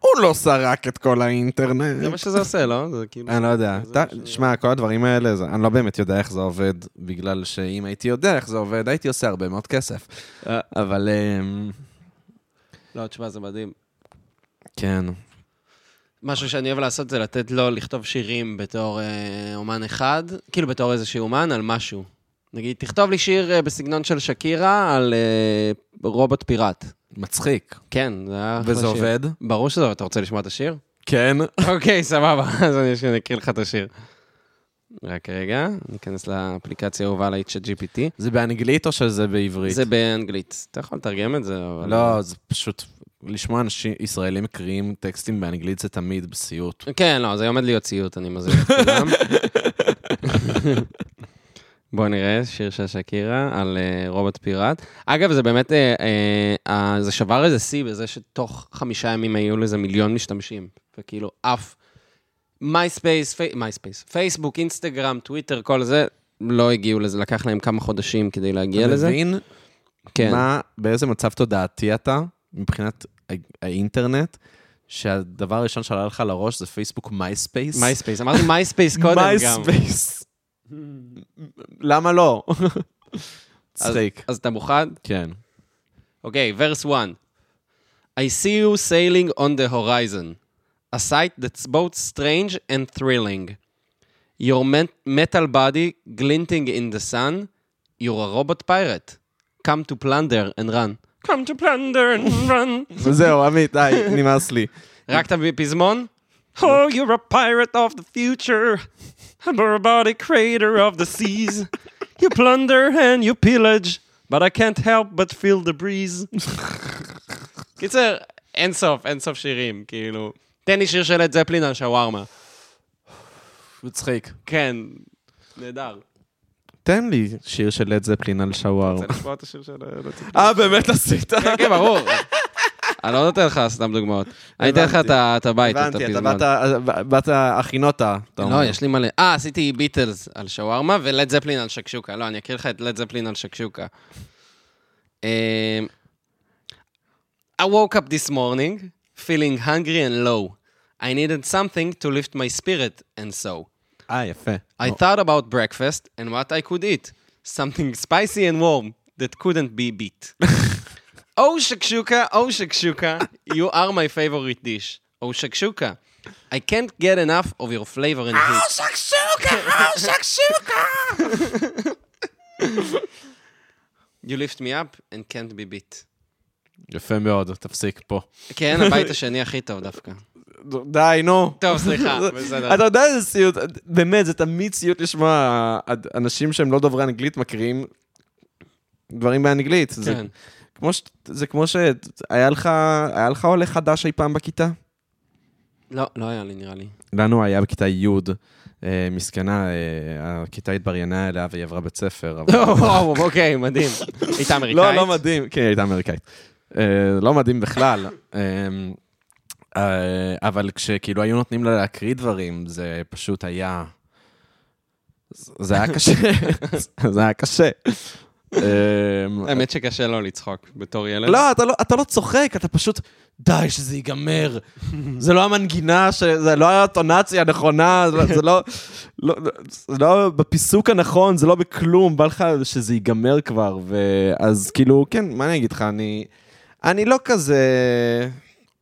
הוא לא סרק את כל זה מה האינטרנט. שזה עושה, לא? זה כאילו... אני לא יודע. זה מה אתה- שאני- שמע, כל הדברים האלה, זה- אני לא באמת יודע איך זה עובד, בגלל שאם הייתי יודע איך זה עובד, הייתי עושה הרבה מאוד כסף. אה. אבל... אמ, לא, תשמע, זה מדהים. כן. משהו שאני אוהב לעשות זה לתת לו לכתוב שירים בתור אה, אומן אחד, כאילו בתור איזשהו אומן, על משהו. נגיד, תכתוב לי שיר אה, בסגנון של שקירה על אה, רובוט פיראט. מצחיק. כן, זה היה אחלה וזה שיר. עובד? ברור שזה עובד. אתה רוצה לשמוע את השיר? כן. אוקיי, סבבה, אז אני אני אקריא לך את השיר. רק רגע, ניכנס לאפליקציה האהובה על ה-HGPT. זה באנגלית או שזה בעברית? זה באנגלית. אתה יכול לתרגם את זה, אבל... לא, זה פשוט... לשמוע אנשים, ישראלים מקריאים טקסטים באנגלית זה תמיד בסיוט. כן, לא, זה עומד להיות ציוט, אני מזהיר את כולם. בואו נראה, שיר של שקירה על uh, רובוט פיראט. אגב, זה באמת, uh, uh, uh, זה שבר איזה שיא בזה שתוך חמישה ימים היו לזה מיליון משתמשים. וכאילו, אף מייספייס, מייספייס, פייסבוק, אינסטגרם, טוויטר, כל זה, לא הגיעו לזה, לקח להם כמה חודשים כדי להגיע אתה לזה. מבין כן. מה, באיזה מצב תודעתי אתה, מבחינת ה- האינטרנט, שהדבר הראשון שעלה לך לראש זה פייסבוק מייספייס? מייספייס, אמרתי מייספייס קודם גם. מייספייס. למה לא? אז- צחיק. אז אתה מוכן? כן. Okay, verse 1. I see you sailing on the horizon, a sight that's both strange and thrilling. Your men- metal body glinting in the sun, you're a robot pirate. Come to plunder and run. Come to plunder and run. זהו, עמית, די, נמאס לי. רק את הפזמון? Oh, you're a pirate of the future, a barbaric creator of the seas. You plunder and you pillage, but I can't help but feel the breeze. קיצר, אין סוף, אין סוף שירים, כאילו. תן לי שיר של לד זפלין על שווארמה. מצחיק. כן, נהדר. תן לי שיר של לד זפלין על שווארמה. רוצה לשמוע את השיר של לד זפלין? אה, באמת עשית? כן, ברור. אני לא נותן לך סתם דוגמאות. אני אתן לך את ה- את הבית, את הבנתי, אתה הפזמון. באת- באת אחינותה. אתה אומר. לא, יש לי מלא. אה, עשיתי ביטלס על שווארמה ולד זפלין על שקשוקה. לא, אני אקריא לך את לד זפלין על שקשוקה. אמ, I woke up this morning feeling hungry and low. I needed something to lift my spirit and so. אה, יפה. I thought about breakfast and what I could eat. Something spicy and warm that couldn't be beat. oh, shakshuka, oh, shakshuka, you are my favorite dish. Oh, shakshuka, I can't get enough of your flavor and heat. You lift me up and can't be beat. יפה מאוד, תפסיק פה. כן, הבית השני הכי טוב דווקא. די, נו. טוב, סליחה, זה- בסדר. אתה יודע איזה סיוט, באמת, זה תמיד סיוט לשמוע אנשים שהם לא דוברי אנגלית מקריאים דברים באנגלית. זה כן. כמו ש... זה כמו שהיה לך, היה לך עולה חדש אי פעם בכיתה? לא, לא היה לי, נראה לי. לנו היה בכיתה י', אה, מסכנה, אה, הכיתה התבריינה אליה והיא עברה בית ספר. אבל- לא, וואו, אוקיי, מדהים. הייתה אמריקאית? לא, לא מדהים. כן, היא הייתה אמריקאית. אה, לא מדהים בכלל. אה, אה, אבל כשכאילו היו נותנים לה להקריא דברים, זה פשוט היה... זה היה קשה. זה היה קשה. אה, האמת שקשה לא לצחוק בתור ילד. לא, אתה לא, אתה לא צוחק, אתה פשוט, די, שזה ייגמר. זה לא המנגינה, ש- זה לא הטונציה הנכונה, זה לא- זה לא, לא, זה לא בפיסוק הנכון, זה לא בכלום, בא לך שזה ייגמר כבר. ואז כאילו, כן, מה אני אגיד לך, אני, אני לא כזה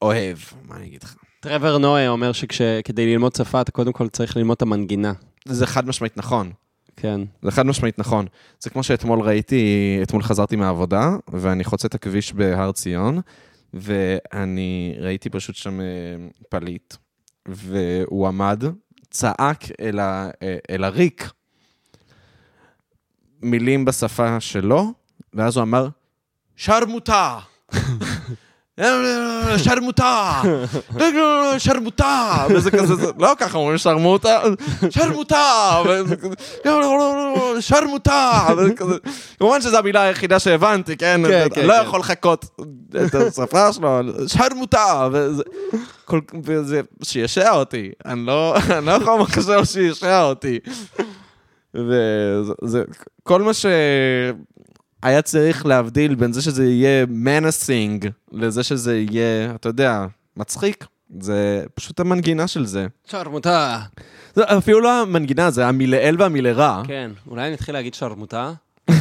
אוהב, מה אני אגיד לך. טרבר נועה אומר שכדי ללמוד שפה, אתה קודם כל צריך ללמוד את המנגינה. זה חד משמעית נכון. כן. זה חד משמעית נכון. זה כמו שאתמול ראיתי, אתמול חזרתי מהעבודה, ואני חוצה את הכביש בהר ציון, ואני ראיתי פשוט שם אה, פליט, והוא עמד, צעק אל, ה, אה, אל הריק מילים בשפה שלו, ואז הוא אמר, שרמוטה! שרמוטה, שרמוטה, וזה כזה, זה- לא ככה אומרים שרמוטה, שרמוטה, וזה כזה, לא, לא, לא, לא, שרמוטה, וזה כזה, כמובן שזו המילה היחידה שהבנתי, כן, כן, אתה כן, לא כן. יכול לחכות את השפה שלו, אבל שרמוטה, וזה- כל- וזה שישע אותי, אני לא אני לא יכול לחשוב שישע אותי. וזה זה- כל מה ש... היה צריך להבדיל בין זה שזה יהיה מנסינג לזה שזה יהיה, אתה יודע, מצחיק. זה פשוט המנגינה של זה. שרמוטה. זה אפילו לא המנגינה, זה המילאל והמילרע. כן, אולי נתחיל להגיד שרמוטה? אתה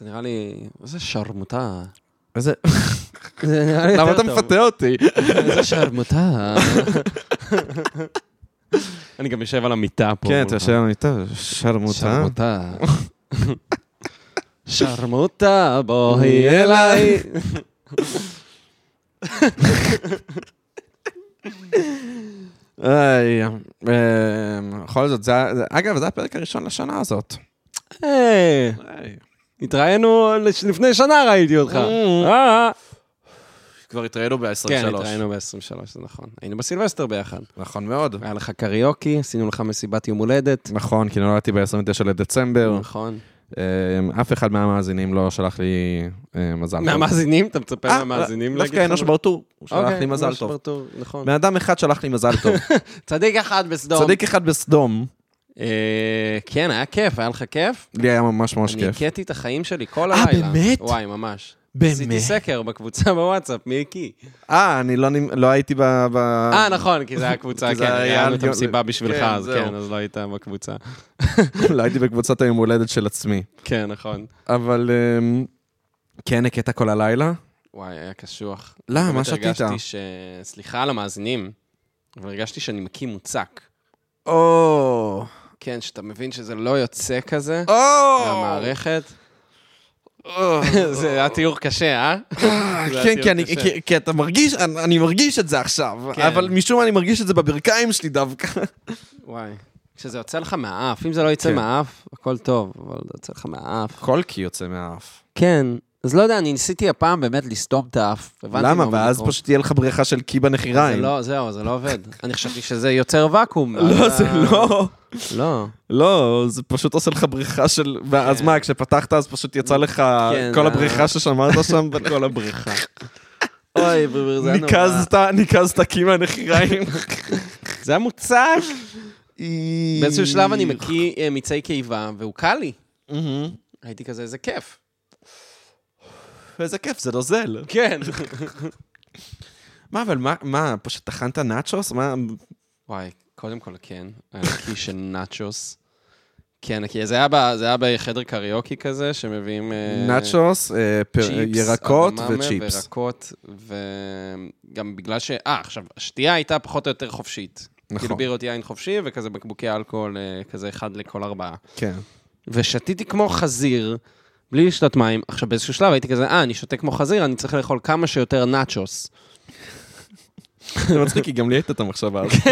נראה לי... איזה שרמוטה. איזה... זה נראה לי למה יותר אתה טוב. מפתה אותי? איזה שרמוטה. אני גם יושב על המיטה פה. כן, מולך. אתה יושב על המיטה, שרמוטה. שרמוטה. שרמוטה, בואי אליי. איי, אה, בכל זאת, זה היה- זה- אגב, זה הפרק הראשון לשנה הזאת. היי, אה, התראינו לש- לפני שנה ראיתי אותך. אה. כבר התראינו כן, ב-23. התראינו ב-23, זה נכון. היינו בסילבסטר ביחד. נכון מאוד. היה לך קריוקי, עשינו לך מסיבת יום הולדת. נכון, כי נולדתי ב-29 לדצמבר. נכון. אה, אף אחד מהמאזינים לא שלח לי אה, מזל טוב. מהמאזינים? אתה מצפה אה, מהמאזינים לא, דווקא אנוש ברטור, הוא שלח אוקיי, לי מזל אנוש טוב. ברטור, נכון. בן אדם אחד שלח לי מזל טוב. צדיק אחד בסדום. צדיק אחד בסדום, אה, כן, היה כיף, היה לך כיף? לי היה ממש ממש אני כן, כיף. הכיתי את החיים שלי כל אה, הלילה. באמת? וואי, ממש. באמת? עשיתי סקר בקבוצה בוואטסאפ, מי הקיא? אה, אני לא נמ- לא הייתי ב... ב- אה, נכון, כי זה היה קבוצה, כי זה כן, היה- היה לנו את כן, המסיבה בשבילך, אז זהו. כן, אז לא היית בקבוצה. לא הייתי בקבוצת היום הולדת של עצמי. כן, נכון. אבל אמ, כן, הכית כל הלילה? וואי, היה קשוח. לא, באמת מה שתית? הרגשתי ש... סליחה על המאזינים, אבל הרגשתי שאני מקיא מוצק. או... כן, שאתה מבין שזה לא יוצא כזה או... מהמערכת. זה היה תיאור קשה, אה? זה כן, כי, הציון אני, קשה. כי, כי אתה מרגיש, אני, אני מרגיש את זה עכשיו, כן. אבל משום מה אני מרגיש את זה בברכיים שלי דווקא. וואי. כשזה יוצא לך מהאף, אם זה לא יצא כן. מהאף, הכל טוב, אבל זה יוצא לך מהאף. כל קי יוצא מהאף. כן, אז לא יודע, אני ניסיתי הפעם באמת לסתום את האף. הבנתי מה למה? עומד ואז לקרות. פשוט תהיה לך בריכה של קי זה בנחיריים. לא, זהו, זה לא עובד. אני חשבתי שזה יוצר ואקום. לא, אז זה ה- לא. לא. לא, זה פשוט עושה לך בריכה של... ואז כן. מה, כשפתחת אז פשוט יצא לך כן, כל זה- הבריכה ששמרת שם? כל הבריכה. אוי, זה היה נורא. ניקזת, ניקזת קי מהנחיריים. זה היה מוצק. באיזשהו שלב אני מקיא אה, מיצי קיבה, והוא קל לי. מהמם. הייתי כזה, איזה כיף. איזה כיף, זה נוזל. כן. מה, אבל מה, מה, פשוט טחנת נאצ'וס? מה, וואי, קודם כל כן, היה לי קי של נאצ'וס. כן, כי זה היה ב- זה היה בחדר קריוקי כזה, שמביאים... אה, נאצ'וס, אה, פר- צ'יפס, ירקות אדממה וצ'יפס. וירקות, וגם בגלל ש... אה, עכשיו, השתייה הייתה פחות או יותר חופשית. נכון. כאילו בירות יין חופשי, וכזה בקבוקי אלכוהול, אה, כזה אחד לכל ארבעה. כן. ושתיתי כמו חזיר, בלי לשתות מים. עכשיו, באיזשהו שלב הייתי כזה, אה, אני שותה כמו חזיר, אני צריך לאכול כמה שיותר נאצ'וס. זה מצחיק, כי גם לי הייתה את המחשבה הזאת.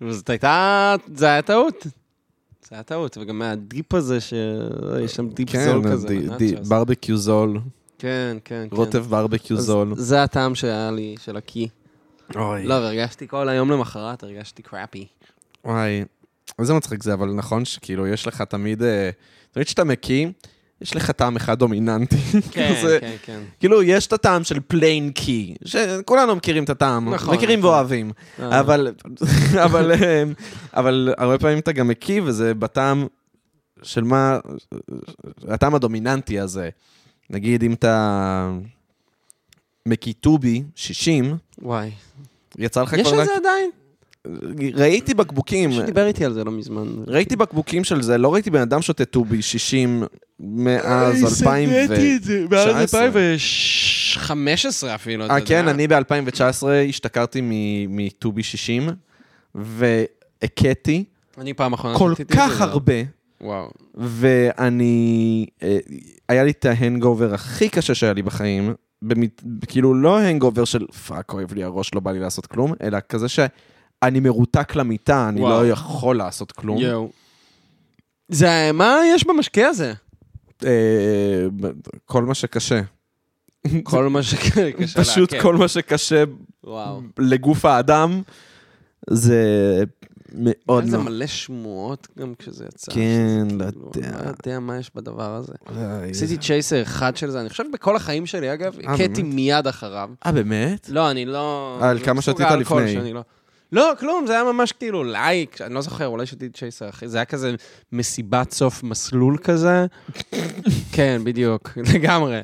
וזאת הייתה... זה היה טעות. זה היה טעות, וגם מהדיפ הזה, שיש שם דיפ זול כזה, כן, די- די- לנאצ'וס. ברבקיו זול, כן, כן, כן. רוטב ברבקיו אז זול. זה הטעם שהיה לי, של הקי. אוי. לא, והרגשתי כל היום למחרת, הרגשתי קראפי. וואי, איזה מצחיק זה, אבל נכון שכאילו, יש לך תמיד, אה, תמיד כשאתה מקיא, יש לך טעם אחד דומיננטי. זה- כן, כן. כאילו, יש את הטעם של פליין קי, שכולנו מכירים את הטעם, נכון, מכירים נכון. ואוהבים, אה, אבל, אבל, אה, אבל הרבה פעמים אתה גם מקיא, וזה בטעם של מה, הטעם הדומיננטי הזה. נגיד, אם אתה מקיא טובי 60, וואי. יצא לך יש כבר על רק... זה עדיין? ראיתי בקבוקים. מישהו דיבר איתי על זה לא מזמן. ראיתי בקבוקים של זה, לא ראיתי בן אדם שותה טובי 60 מאז 2000 ו... את זה, מאז 19. 2015 אפילו, אתה אה, יודע. כן, אני ב-2019 השתכרתי מ- מטובי 60, והכיתי אני פעם אחרונה כל שתיתי את כך זה, הרבה, וואו. ואני... אה, היה לי את ההנגאובר הכי קשה שהיה לי בחיים, במת- כאילו לא הנגאובר של פאק, אוהב לי הראש, לא בא לי לעשות כלום, אלא כזה שאני מרותק למיטה, אני וואו. לא יכול לעשות כלום. יואו. זה, מה יש במשקה הזה? אה, ב- כל מה שקשה. כל מה שקשה פשוט כל מה שקשה וואו. לגוף האדם, זה מאוד היה זה נורא. מלא שמועות גם כשזה יצא. כן, לא כאילו, אני לא יודע. כן. יודע מה יש בדבר הזה. עשיתי צ'ייסר אחד של זה, אני חושב בכל החיים שלי, אגב, אה, הכיתי באמת? מיד אחריו. אה, באמת? לא, אני לא... על אני כמה לא שתית מסוגל כל לפני. שאני לא... לא, כלום, זה היה ממש כאילו לייק, אני לא זוכר, אולי שתיתי צ'ייסר אחי, זה היה כזה מסיבת סוף מסלול כזה. כן, בדיוק, לגמרי.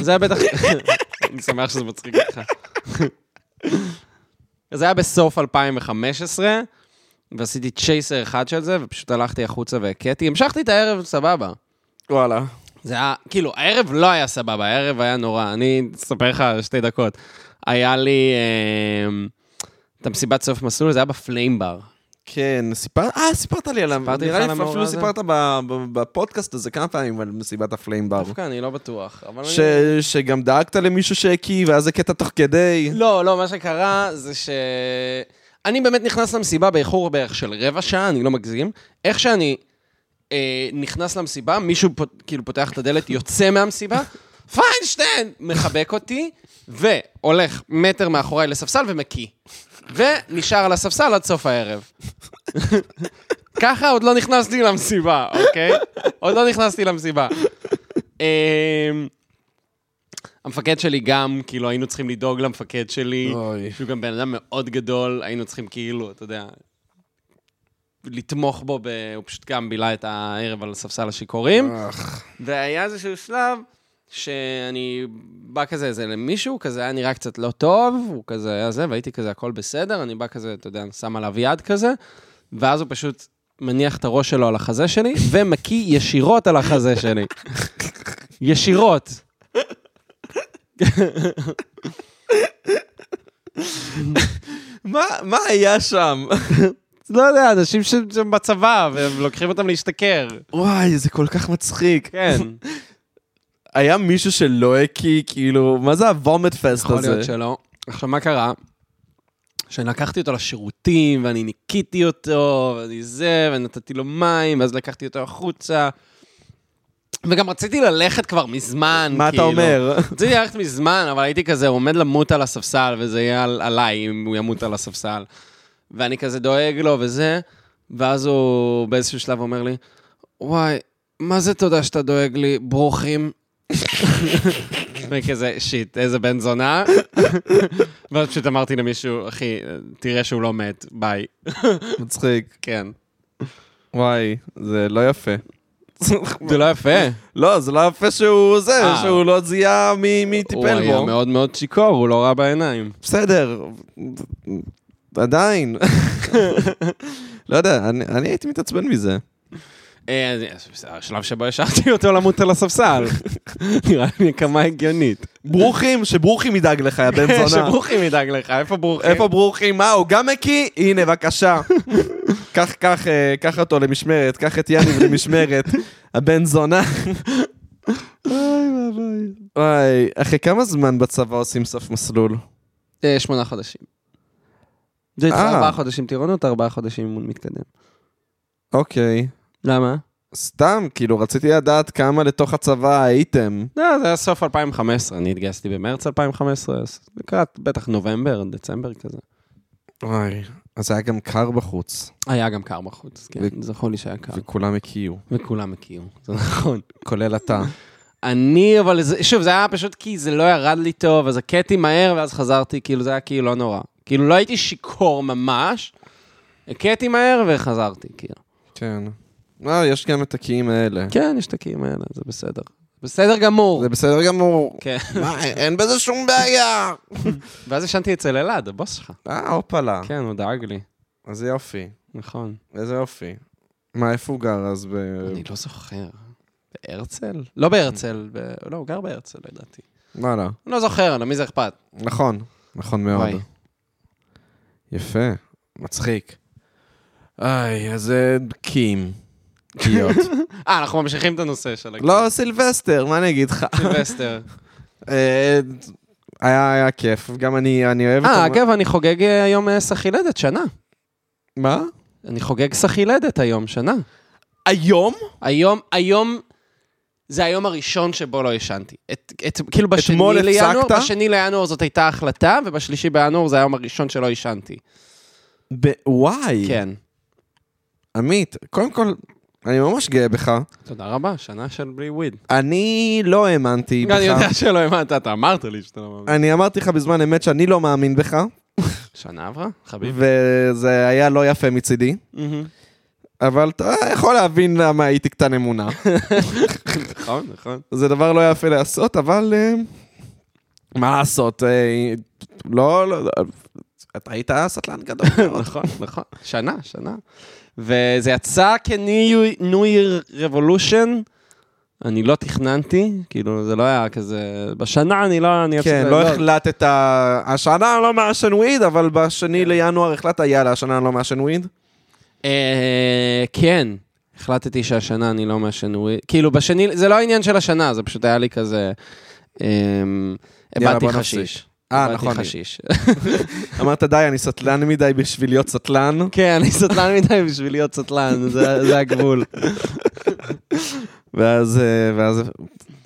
זה היה בטח... אני שמח שזה מצחיק אותך. זה היה בסוף 2015, ועשיתי צ'ייסר אחד של זה, ופשוט הלכתי החוצה והכיתי, המשכתי את הערב סבבה. וואלה. זה היה, כאילו, הערב לא היה סבבה, הערב היה נורא. אני אספר לך שתי דקות. היה לי אה, את המסיבת סוף מסלול, זה היה בפליים בר. כן, סיפרת, אה, סיפרת לי על ה... סיפרתי לך נראה על לי המאורע אפילו הזה? סיפרת ב- ב- בפודקאסט הזה כמה פעמים על מסיבת הפליים בר. דווקא אני לא בטוח, אבל ש- אני... שגם דאגת למישהו שהקיא, ואז הכית תוך כדי. לא, לא, מה שקרה זה ש... אני באמת נכנס למסיבה באיחור בערך של רבע שעה, אני לא מגזים. איך שאני אה, נכנס למסיבה, מישהו פות, כאילו פותח את הדלת, יוצא מהמסיבה, פיינשטיין! מחבק אותי, והולך מטר מאחוריי לספסל ומקיא. ונשאר על הספסל עד סוף הערב. ככה עוד לא נכנסתי למסיבה, אוקיי? עוד לא נכנסתי למסיבה. אמ, המפקד שלי גם, כאילו, היינו צריכים לדאוג למפקד שלי, אוי. שהוא גם בן אדם מאוד גדול, היינו צריכים כאילו, אתה יודע, לתמוך בו, ב... הוא פשוט גם בילה את הערב על ספסל השיכורים. אך, והיה איזשהו שלב שאני בא כזה, זה למישהו, כזה היה נראה קצת לא טוב, הוא כזה היה זה, והייתי כזה, הכל בסדר, אני בא כזה, אתה יודע, שם עליו יד כזה, ואז הוא פשוט מניח את הראש שלו על החזה שלי, ומקיא ישירות על החזה שלי. ישירות. מה מה היה שם? לא יודע, אנשים שהם בצבא, והם לוקחים אותם להשתכר. וואי, זה כל כך מצחיק. כן. היה מישהו שלא הקיא, כאילו, מה זה הוומט פסט יכול הזה? להיות שלא. עכשיו, מה קרה? שלקחתי אותו לשירותים, ואני ניקיתי אותו, ואני זה, ונתתי לו מים, ואז לקחתי אותו החוצה. וגם רציתי ללכת כבר מזמן, מה אתה כאילו. אומר? רציתי ללכת מזמן, אבל הייתי כזה, הוא עומד למות על הספסל, וזה יהיה על, עליי אם הוא ימות על הספסל. ואני כזה דואג לו וזה, ואז הוא באיזשהו שלב אומר לי, וואי, מה זה תודה שאתה דואג לי, ברוכים? וכזה, שיט, איזה בן זונה. ואז פשוט אמרתי למישהו, אחי, תראה שהוא לא מת, ביי. מצחיק. כן. וואי, זה לא יפה. זה לא יפה. לא, זה לא יפה שהוא זה, אה. שהוא לא זיהה מי מי הוא טיפל היה בו. מאוד מאוד שיכור, הוא לא ראה בעיניים. בסדר, עדיין. לא יודע, אני אני הייתי מתעצבן מזה. אה, זה השלב שבו השארתי אותו למות על הספסל. נראה לי נקמה הגיונית. ברוכים, שברוכים ידאג לך, יא בן זונה. שברוכים ידאג לך, איפה ברוכים? איפה ברוכים? מה, הוא גם מקיא? הנה, בבקשה. קח, קח, אה, קח אותו למשמרת, קח את יניב למשמרת, הבן זונה. וואי, אחרי כמה זמן בצבא עושים סוף מסלול? אה, שמונה חודשים. זה איתך אה. ארבעה חודשים טירונות, ארבעה חודשים אימון מתקדם. אוקיי. למה? סתם, כאילו, רציתי לדעת כמה לתוך הצבא הייתם. לא, זה היה סוף 2015, אני התגייסתי במרץ 2015, אז לקראת בטח נובמבר, דצמבר כזה. וואי. אז היה גם קר בחוץ, היה גם קר בחוץ, כן, ו- זכור לי שהיה קר. וכולם הקיאו, וכולם הכירו, זה נכון. כולל אתה. אני, אבל זה, שוב, זה היה פשוט כי זה לא ירד לי טוב, אז הכיתי מהר, ואז חזרתי, כאילו, זה היה כאילו לא נורא. כאילו, לא הייתי שיכור ממש, הכיתי מהר וחזרתי, כאילו. כן. לא, יש גם את הקיים האלה. כן, יש את הקיים האלה, זה בסדר. בסדר גמור. זה בסדר גמור. כן. מה, אין בזה שום בעיה. ואז ישנתי אצל אלעד, הבוס שלך. אה, הופלה. כן, הוא דאג לי. איזה יופי. נכון. איזה יופי. מה, איפה הוא גר אז? ב... אני לא זוכר. בהרצל? לא בהרצל, ב- לא, הוא גר בהרצל, לדעתי. וואלה. אני לא זוכר, למי זה אכפת? נכון. נכון מאוד. וואי. יפה. מצחיק. איי, איזה קים. קיות. אה, אנחנו ממשיכים את הנושא של הגיל. לא, סילבסטר, מה אני אגיד לך? סילבסטר. אה, היה, היה כיף. גם אני, אני אוהב את... אה, המ- אגב, אני חוגג אה, היום אה, סחילדת, שנה. מה? אני חוגג סחילדת היום, שנה. היום? היום, היום, זה היום הראשון שבו לא ישנתי. את, את, כאילו בשני אתמול לינואר, הפסקת? בשני לינואר זאת הייתה החלטה, ובשלישי בינואר זה היום הראשון שלא ישנתי. ב... וואי. כן. עמית, קודם כל, אני ממש גאה בך. תודה רבה, שנה של בלי וויד. אני לא האמנתי בך. אני יודע שלא האמנת, אתה אמרת לי שאתה לא מאמין. אני אמרתי לך בזמן אמת שאני לא מאמין בך, אה. שנה עברה, חביב. וזה היה לא יפה מצידי, אבל אתה יכול להבין למה הייתי קטן אמונה. נכון, נכון. זה דבר לא יפה לעשות, אבל אה, מה לעשות, אה, לא, לא, לא, אתה היית סטלן גדול. נכון, נכון. שנה, שנה. וזה יצא כ-New Year Revolution. אני לא תכננתי, כאילו, זה לא היה כזה... בשנה אני לא... אני כן, אפסיק לא לעלות. החלטת, השנה אני לא מעשן וויד, אבל כן. בשני לינואר החלטת, יאללה, השנה אני לא מעשן וויד. אה, כן, החלטתי שהשנה אני לא מעשן וויד. כאילו, בשני, זה לא העניין של השנה, זה פשוט היה לי כזה... אה, יאללה, הבעתי בוא חשיש. אה, הבעתי נכון. חשיש. אמרת, די, אני סטלן מדי בשביל להיות סטלן. כן, אני סטלן מדי בשביל להיות סטלן, זה זה הגבול. ואז, אה, ואז,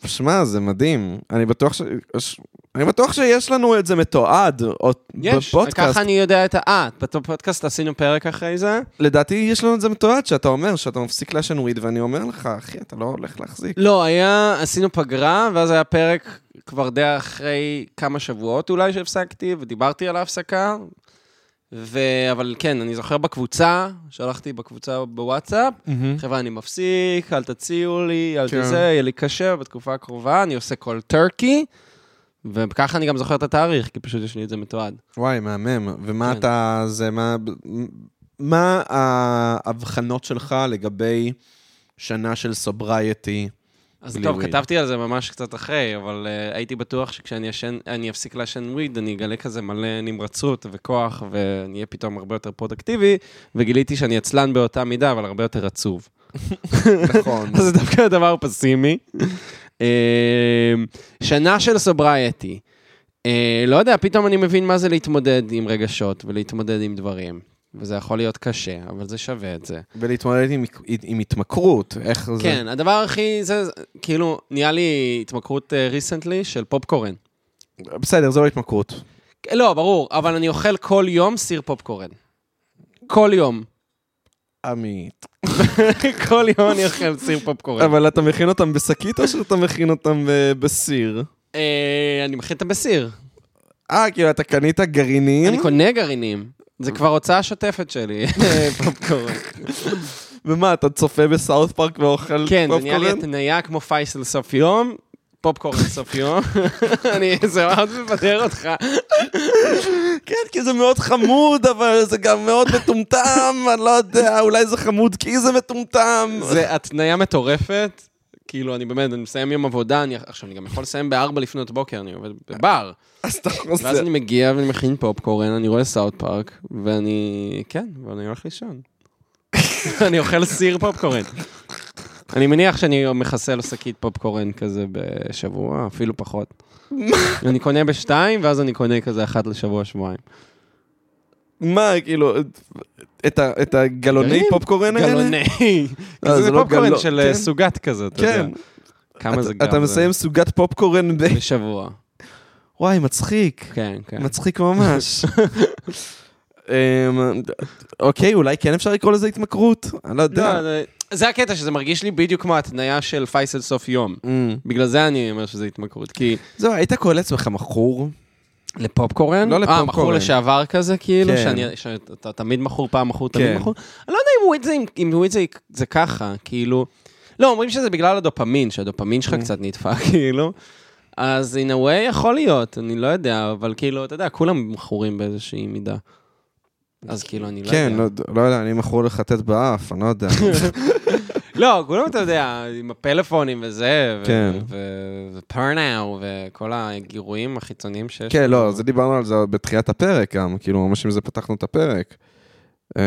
שמע, זה מדהים. אני בטוח ש... ש- אני בטוח שיש לנו את זה מתועד, או יש, בפודקאסט. ככה אני יודע את ה... אה, בפודקאסט עשינו פרק אחרי זה? לדעתי יש לנו את זה מתועד, שאתה אומר שאתה מפסיק לעשן וויד, ואני אומר לך, אחי, אתה לא הולך להחזיק. לא, היה, עשינו פגרה, ואז היה פרק כבר די אחרי כמה שבועות אולי שהפסקתי, ודיברתי על ההפסקה. ו... אבל כן, אני זוכר בקבוצה, שלחתי בקבוצה בוואטסאפ, חבר'ה, אני מפסיק, אל תציעו לי, אל כן. תזה, יהיה לי קשה בתקופה הקרובה, אני עושה כל טרקי, וככה אני גם זוכר את התאריך, כי פשוט יש לי את זה מתועד. וואי, מהמם. ומה כן. אתה... זה מה... מה ההבחנות שלך לגבי שנה של סוברייטי? אז בלי טוב, וויד. כתבתי על זה ממש קצת אחרי, אבל uh, הייתי בטוח שכשאני אשן, אני אפסיק לעשן וויד, אני אגלה כזה מלא נמרצות וכוח, ואני אהיה פתאום הרבה יותר פרודקטיבי, וגיליתי שאני עצלן באותה מידה, אבל הרבה יותר עצוב. נכון. אז זה דווקא דבר פסימי. אה, שנה של סוברייטי. אה, לא יודע, פתאום אני מבין מה זה להתמודד עם רגשות ולהתמודד עם דברים. וזה יכול להיות קשה, אבל זה שווה את זה. ולהתמודד עם, עם התמכרות, איך זה... כן, הדבר הכי, זה, כאילו, נהיה לי התמכרות ריסנטלי של פופקורן. בסדר, זה לא התמכרות. לא, ברור, אבל אני אוכל כל יום סיר פופקורן. כל יום. עמית. כל יום אני אוכל סיר פופקורן. אבל אתה מכין אותם בשקית או שאתה מכין אותם ב- בסיר? אה, אני מכין את הבסיר. אה, כאילו, אתה קנית גרעינים, אני קונה גרעינים. זה כבר הוצאה שוטפת שלי, פופקורן. ומה, אתה צופה בסאוט פארק ואוכל כן, זה נהיה לי פופקורן? התניה כמו פייסל סוף יום, פופקורן סוף יום. אני, זה מאוד מבדר אותך. כן, כי זה מאוד חמוד, אבל זה גם מאוד מטומטם, אני לא יודע, אולי זה חמוד כי זה מטומטם. זה התניה מטורפת. כאילו, אני באמת, אני מסיים יום עבודה, אני, עכשיו, אני גם יכול לסיים בארבע לפנות בוקר, אני עובד בבר. אז אתה ואז חוזר. אני מגיע ואני מכין פופקורן, אני רואה סאוט פארק, ואני... כן, ואני הולך לישון. אני אוכל סיר פופקורן. אני מניח שאני מכסה לו שקית פופקורן כזה בשבוע, אפילו פחות. אני קונה בשתיים, ואז אני קונה כזה אחת לשבוע, שבועיים. מה, כאילו, את ה- את הגלוני גרעינים? פופקורן האלה? גלוני. אה, זה זה לא פופקורן גלו- של כן. אה, סוגת כזה, אתה יודע. כן. כמה זה אתה- גם. אתה זה- מסיים סוגת פופקורן ב... בשבוע. וואי, מצחיק. כן, כן. מצחיק ממש. אמ, אוקיי, אולי כן אפשר לקרוא לזה התמכרות? אני לא לא, יודע. זה- זה הקטע, שזה מרגיש לי בדיוק כמו התניה של פייסל סוף יום. אמ, בגלל זה אני אומר שזה התמכרות, כי... זהו, היית קורא לעצמך מכור? לפופקורן? לא אה, לפופקורן. מכור לשעבר כזה, כאילו? כן. שאני- שאתה תמיד מכור, פעם מכור, תמיד כן. מכור? אני לא יודע אם וויד זה- אם וויד זה- זה ככה, כאילו... לא, אומרים שזה בגלל הדופמין, שהדופמין כן. שלך קצת נדפק, כאילו. אז in a way יכול להיות, אני לא יודע, אבל כאילו, אתה יודע, כולם מכורים באיזושהי מידה. אז כאילו, אני לא כן, יודע. לא יודע- לא יודע, אני מכור לחטט באף, אני לא יודע. לא, כולם, אתה יודע, עם הפלאפונים וזה, כן. ופרנאו, וכל הגירויים החיצוניים שיש. כן, לא, זה דיברנו על זה בתחילת הפרק גם, כאילו, ממש עם זה פתחנו את הפרק. אמ,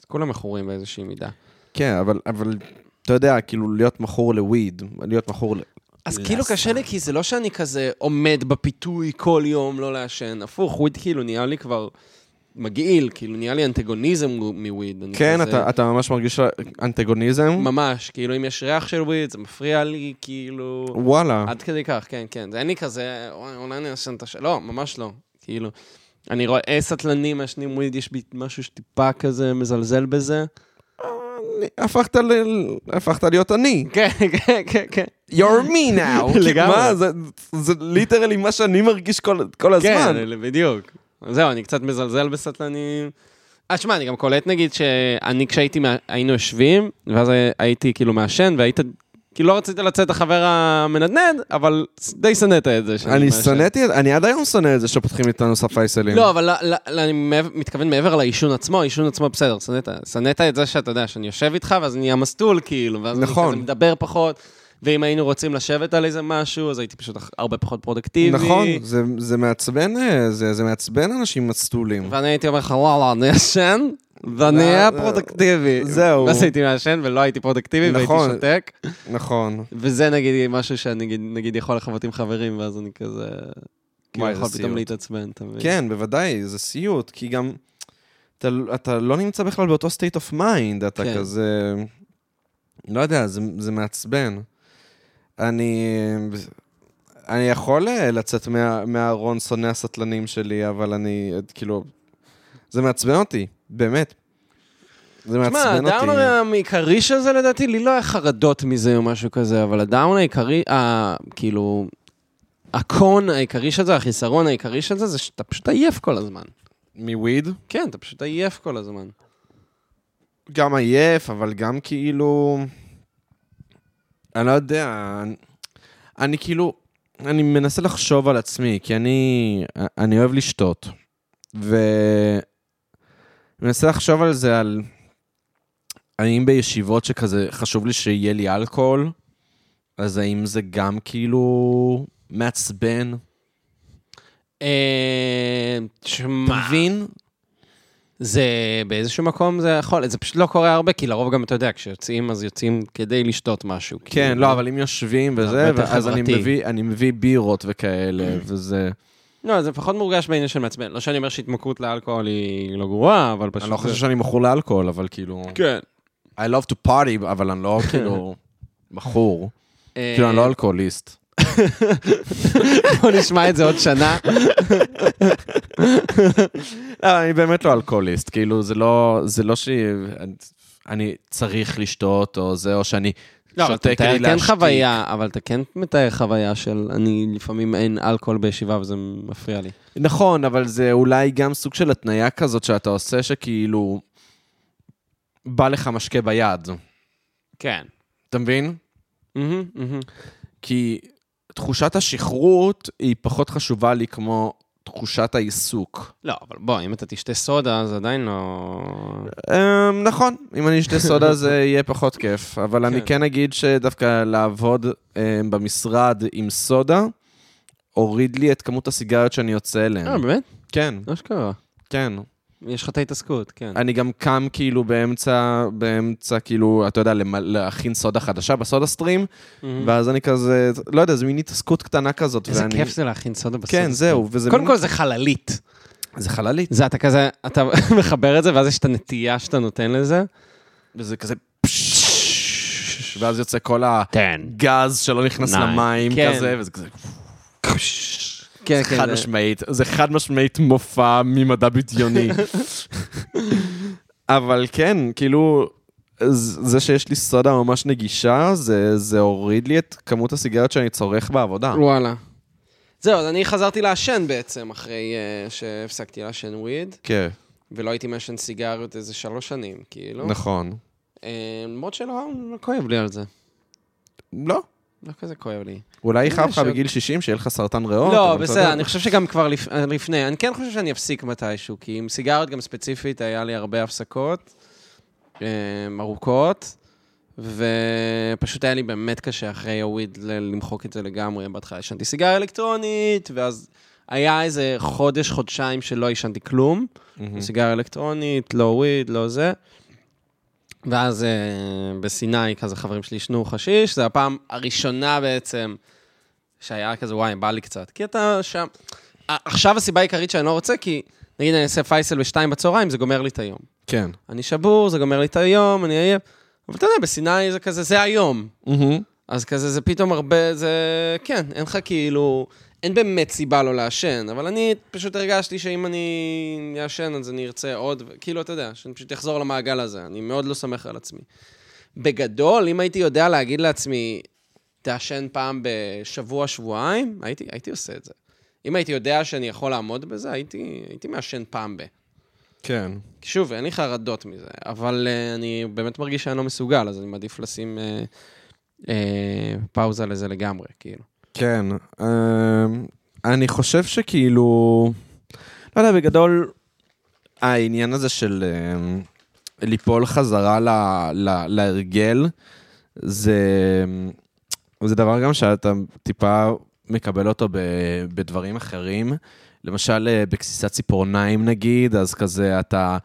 אז כולם מכורים באיזושהי מידה. כן, אבל, אבל אתה יודע, כאילו, להיות מכור לוויד, להיות מכור ל... אז כאילו קשה לי, כי זה לא שאני כזה עומד בפיתוי כל יום לא לעשן, הפוך, וויד כאילו נהיה לי כבר מגעיל, כאילו נהיה לי אנטגוניזם מוויד. אני כן, כזה- אתה, אתה ממש מרגיש אנטגוניזם? ממש, כאילו אם יש ריח של וויד, זה מפריע לי, כאילו... וואלה. עד כדי כך, כן, כן. זה אין לי כזה, "אוי, אולי אני אעשן את הש... לא, ממש לא. כאילו, אני רואה אה, סטלנים מעשנים וויד, יש בי משהו שטיפה כזה מזלזל בזה. הפכת, ל... הפכת להיות אני. כן, כן, כן, כן. You're me now. לגמרי. מה, זה, זה ליטרלי מה שאני מרגיש כל, כל הזמן. כן, בדיוק. זהו, אני קצת מזלזל בסטלנים. אה, שמע, אני גם קולט, נגיד, שאני כשהייתי, מה- היינו יושבים, ואז הייתי כאילו מעשן, והיית, כאילו לא רצית לצאת החבר המנדנד, אבל די שנאת את זה. שאני אני מעשן. שנאתי, את- אני עד היום שונא את זה שפותחים איתנו ספייסלים. לא, אבל לא- לא- אני מעבר- מתכוון מעבר לעישון עצמו, העישון עצמו בסדר, שנאת, שנאת את זה שאתה יודע, שאני יושב איתך, ואז נהיה מסטול, כאילו, ואז אני נכון. כזה מדבר פחות, ואם היינו רוצים לשבת על איזה משהו, אז הייתי פשוט הרבה פחות פרודקטיבי. נכון, זה, זה מעצבן, אה, זה, זה מעצבן אנשים מסטולים. ואני הייתי אומר לך, וואלה, אני ישן, ואני אהיה ואז- פרודקטיבי. זהו. ואז הייתי מעשן ולא הייתי פרודקטיבי, והייתי נכון. שותק. נכון. וזה נגיד משהו שאני נגיד- נגיד יכול לחוות עם חברים, ואז אני כזה... כאילו וואי, זה יכול פתאום סיוט. להתעצבן, אתה מבין? כן, בוודאי, זה סיוט, כי גם אתה, אתה לא נמצא בכלל באותו state of mind, אתה כן. כן. כזה... לא יודע, זה, זה מעצבן. אני, אני יכול אה, לצאת מה- מהארון שונא הסטלנים שלי, אבל אני, אה, כאילו, זה מעצבן אותי, באמת. זה תשמע, מעצבן אותי. הדאון העיקרי של זה לדעתי, לי לא היה חרדות מזה או משהו כזה, אבל הדאון העיקרי, ה- כאילו, הקון העיקרי של זה, החיסרון העיקרי של זה, זה שאתה פשוט עייף כל הזמן. מוויד? כן, אתה פשוט עייף כל הזמן. גם עייף, אבל גם כאילו... אני לא יודע, אני, אני כאילו... אני מנסה לחשוב על עצמי, כי אני, אני אוהב לשתות. ו... מנסה לחשוב על זה, על... האם בישיבות שכזה חשוב לי שיהיה לי אלכוהול, אז האם זה גם כאילו מעצבן? אה, אתה תשמע, מבין? זה באיזשהו מקום זה יכול, זה פשוט לא קורה הרבה, כי לרוב גם אתה יודע, כשיוצאים אז יוצאים כדי לשתות משהו. כן, כי- לא, אבל אם יושבים כאילו. הרבה וזה, יותר ואז אני חברתי. מביא- אני מביא בירות וכאלה, וזה... לא, זה פחות מורגש בעניין של מעצבן. לא שאני אומר שהתמכרות לאלכוהול היא לא גרועה, אבל פשוט... אני לא זה- חושב שאני מכור לאלכוהול, אבל כאילו... כן. I love to party, אבל אני לא כאילו מכור. כאילו, אני לא אלכוהוליסט. אה, בוא נשמע את זה עוד שנה. לא, אה, אני באמת לא אלכוהוליסט, כאילו, זה לא, זה לא ש... אני צריך לשתות, או זה, או שאני לא, אבל אתה שותה מתאר כדי כן להשתיק. חוויה, אבל אתה כן מתאר חוויה של אני לפעמים אין אלכוהול בישיבה וזה מפריע לי. נכון, אבל זה אולי גם סוג של התניה כזאת שאתה עושה, שכאילו... בא לך משקה ביד, כן. אתה מבין? כי תחושת השכרות היא פחות חשובה לי כמו תחושת העיסוק. לא, אבל בוא, אם אתה תשתה סודה, זה עדיין לא... אמ, נכון, אם אני אשתה סודה זה יהיה פחות כיף, אבל אני כן. כן אגיד שדווקא לעבוד אמ, במשרד עם סודה, הוריד לי את כמות הסיגריות שאני יוצא אה, אליהן. באמת? כן, לא שקרה. כן. יש לך את ההתעסקות, כן. אני גם קם כאילו באמצע, באמצע כאילו, אתה יודע, למ- להכין סודה חדשה בסודה סטרים, מהמם. ואז אני כזה, לא יודע, זו מין התעסקות קטנה כזאת. איזה ואני- כיף זה להכין סודה בסודה. כן, זהו, וזה קודם מין- כל זה חללית. זה חללית. זה אתה כזה, אתה מחבר את זה, ואז יש את הנטייה שאתה נותן לזה. וזה כזה פששש, ואז יוצא כל תן. הגז שלא נכנס ניין. למים כן. כזה, וזה כזה כן, זה כן. חד זה- משמעית, זה חד משמעית מופע ממדע בדיוני. אבל כן, כאילו, ז- זה שיש לי סודה ממש נגישה, זה זה הוריד לי את כמות הסיגריות שאני צורך בעבודה. וואלה. זהו, אז אני חזרתי לעשן בעצם, אחרי אה, שהפסקתי לעשן וויד, כן, ולא הייתי מעשן סיגריות איזה שלוש שנים, כאילו. נכון. אה, למרות שלא לא כואב לי על זה. לא. לא. לא כזה כואב לי. אולי אני יודע יכאב לך ש- בגיל 60 שיהיה לך סרטן ריאות. אבל לא, אתה יודע. בסדר, אני חושב שגם כבר לפ- לפני, אני כן חושב שאני אפסיק מתישהו, כי עם סיגריות גם ספציפית, היה לי הרבה הפסקות אה, ארוכות, ופשוט היה לי באמת קשה אחרי הוויד ל- למחוק את זה לגמרי. בהתחלה עישנתי סיגריה אלקטרונית, ואז היה איזה חודש, חודשיים שלא עישנתי כלום. מהמם. סיגריה אלקטרונית, לא וויד, לא זה. ואז אה, בסיני, כזה חברים שלי עישנו חשיש, זו הפעם הראשונה בעצם שהיה כזה, וואי, בא לי קצת. כי אתה שם... ע- עכשיו הסיבה העיקרית שאני לא רוצה, כי נגיד אני אעשה פייסל בשתיים בצהריים, זה גומר לי את היום. כן. אני... אני שבור, זה גומר לי את היום, אני עייף. אבל אתה יודע, בסיני זה כזה, זה היום. אז כזה, זה פתאום הרבה, זה... כן, אין לך כאילו... אין באמת סיבה לא לעשן, אבל אני פשוט הרגשתי שאם אני אעשן, אז אני ארצה עוד, ו- כאילו, אתה יודע, שאני פשוט אחזור למעגל הזה, אני מאוד לא סומך על עצמי. בגדול, אם הייתי יודע להגיד לעצמי, תעשן פעם בשבוע, שבועיים, הייתי, הייתי עושה את זה. אם הייתי יודע שאני יכול לעמוד בזה, הייתי, הייתי מעשן פעם ב... כן. שוב, אין לי חרדות מזה, אבל uh, אני באמת מרגיש שאני לא מסוגל, אז אני מעדיף לשים uh, uh, פאוזה לזה לגמרי, כאילו. כן, אמ, אני חושב שכאילו, לא יודע, בגדול, העניין הזה של אמ, ליפול חזרה ל, ל, להרגל, זה, אמ, זה דבר גם שאתה טיפה מקבל אותו ב, בדברים אחרים. למשל, אה, בגסיסת ציפורניים נגיד, אז כזה אתה...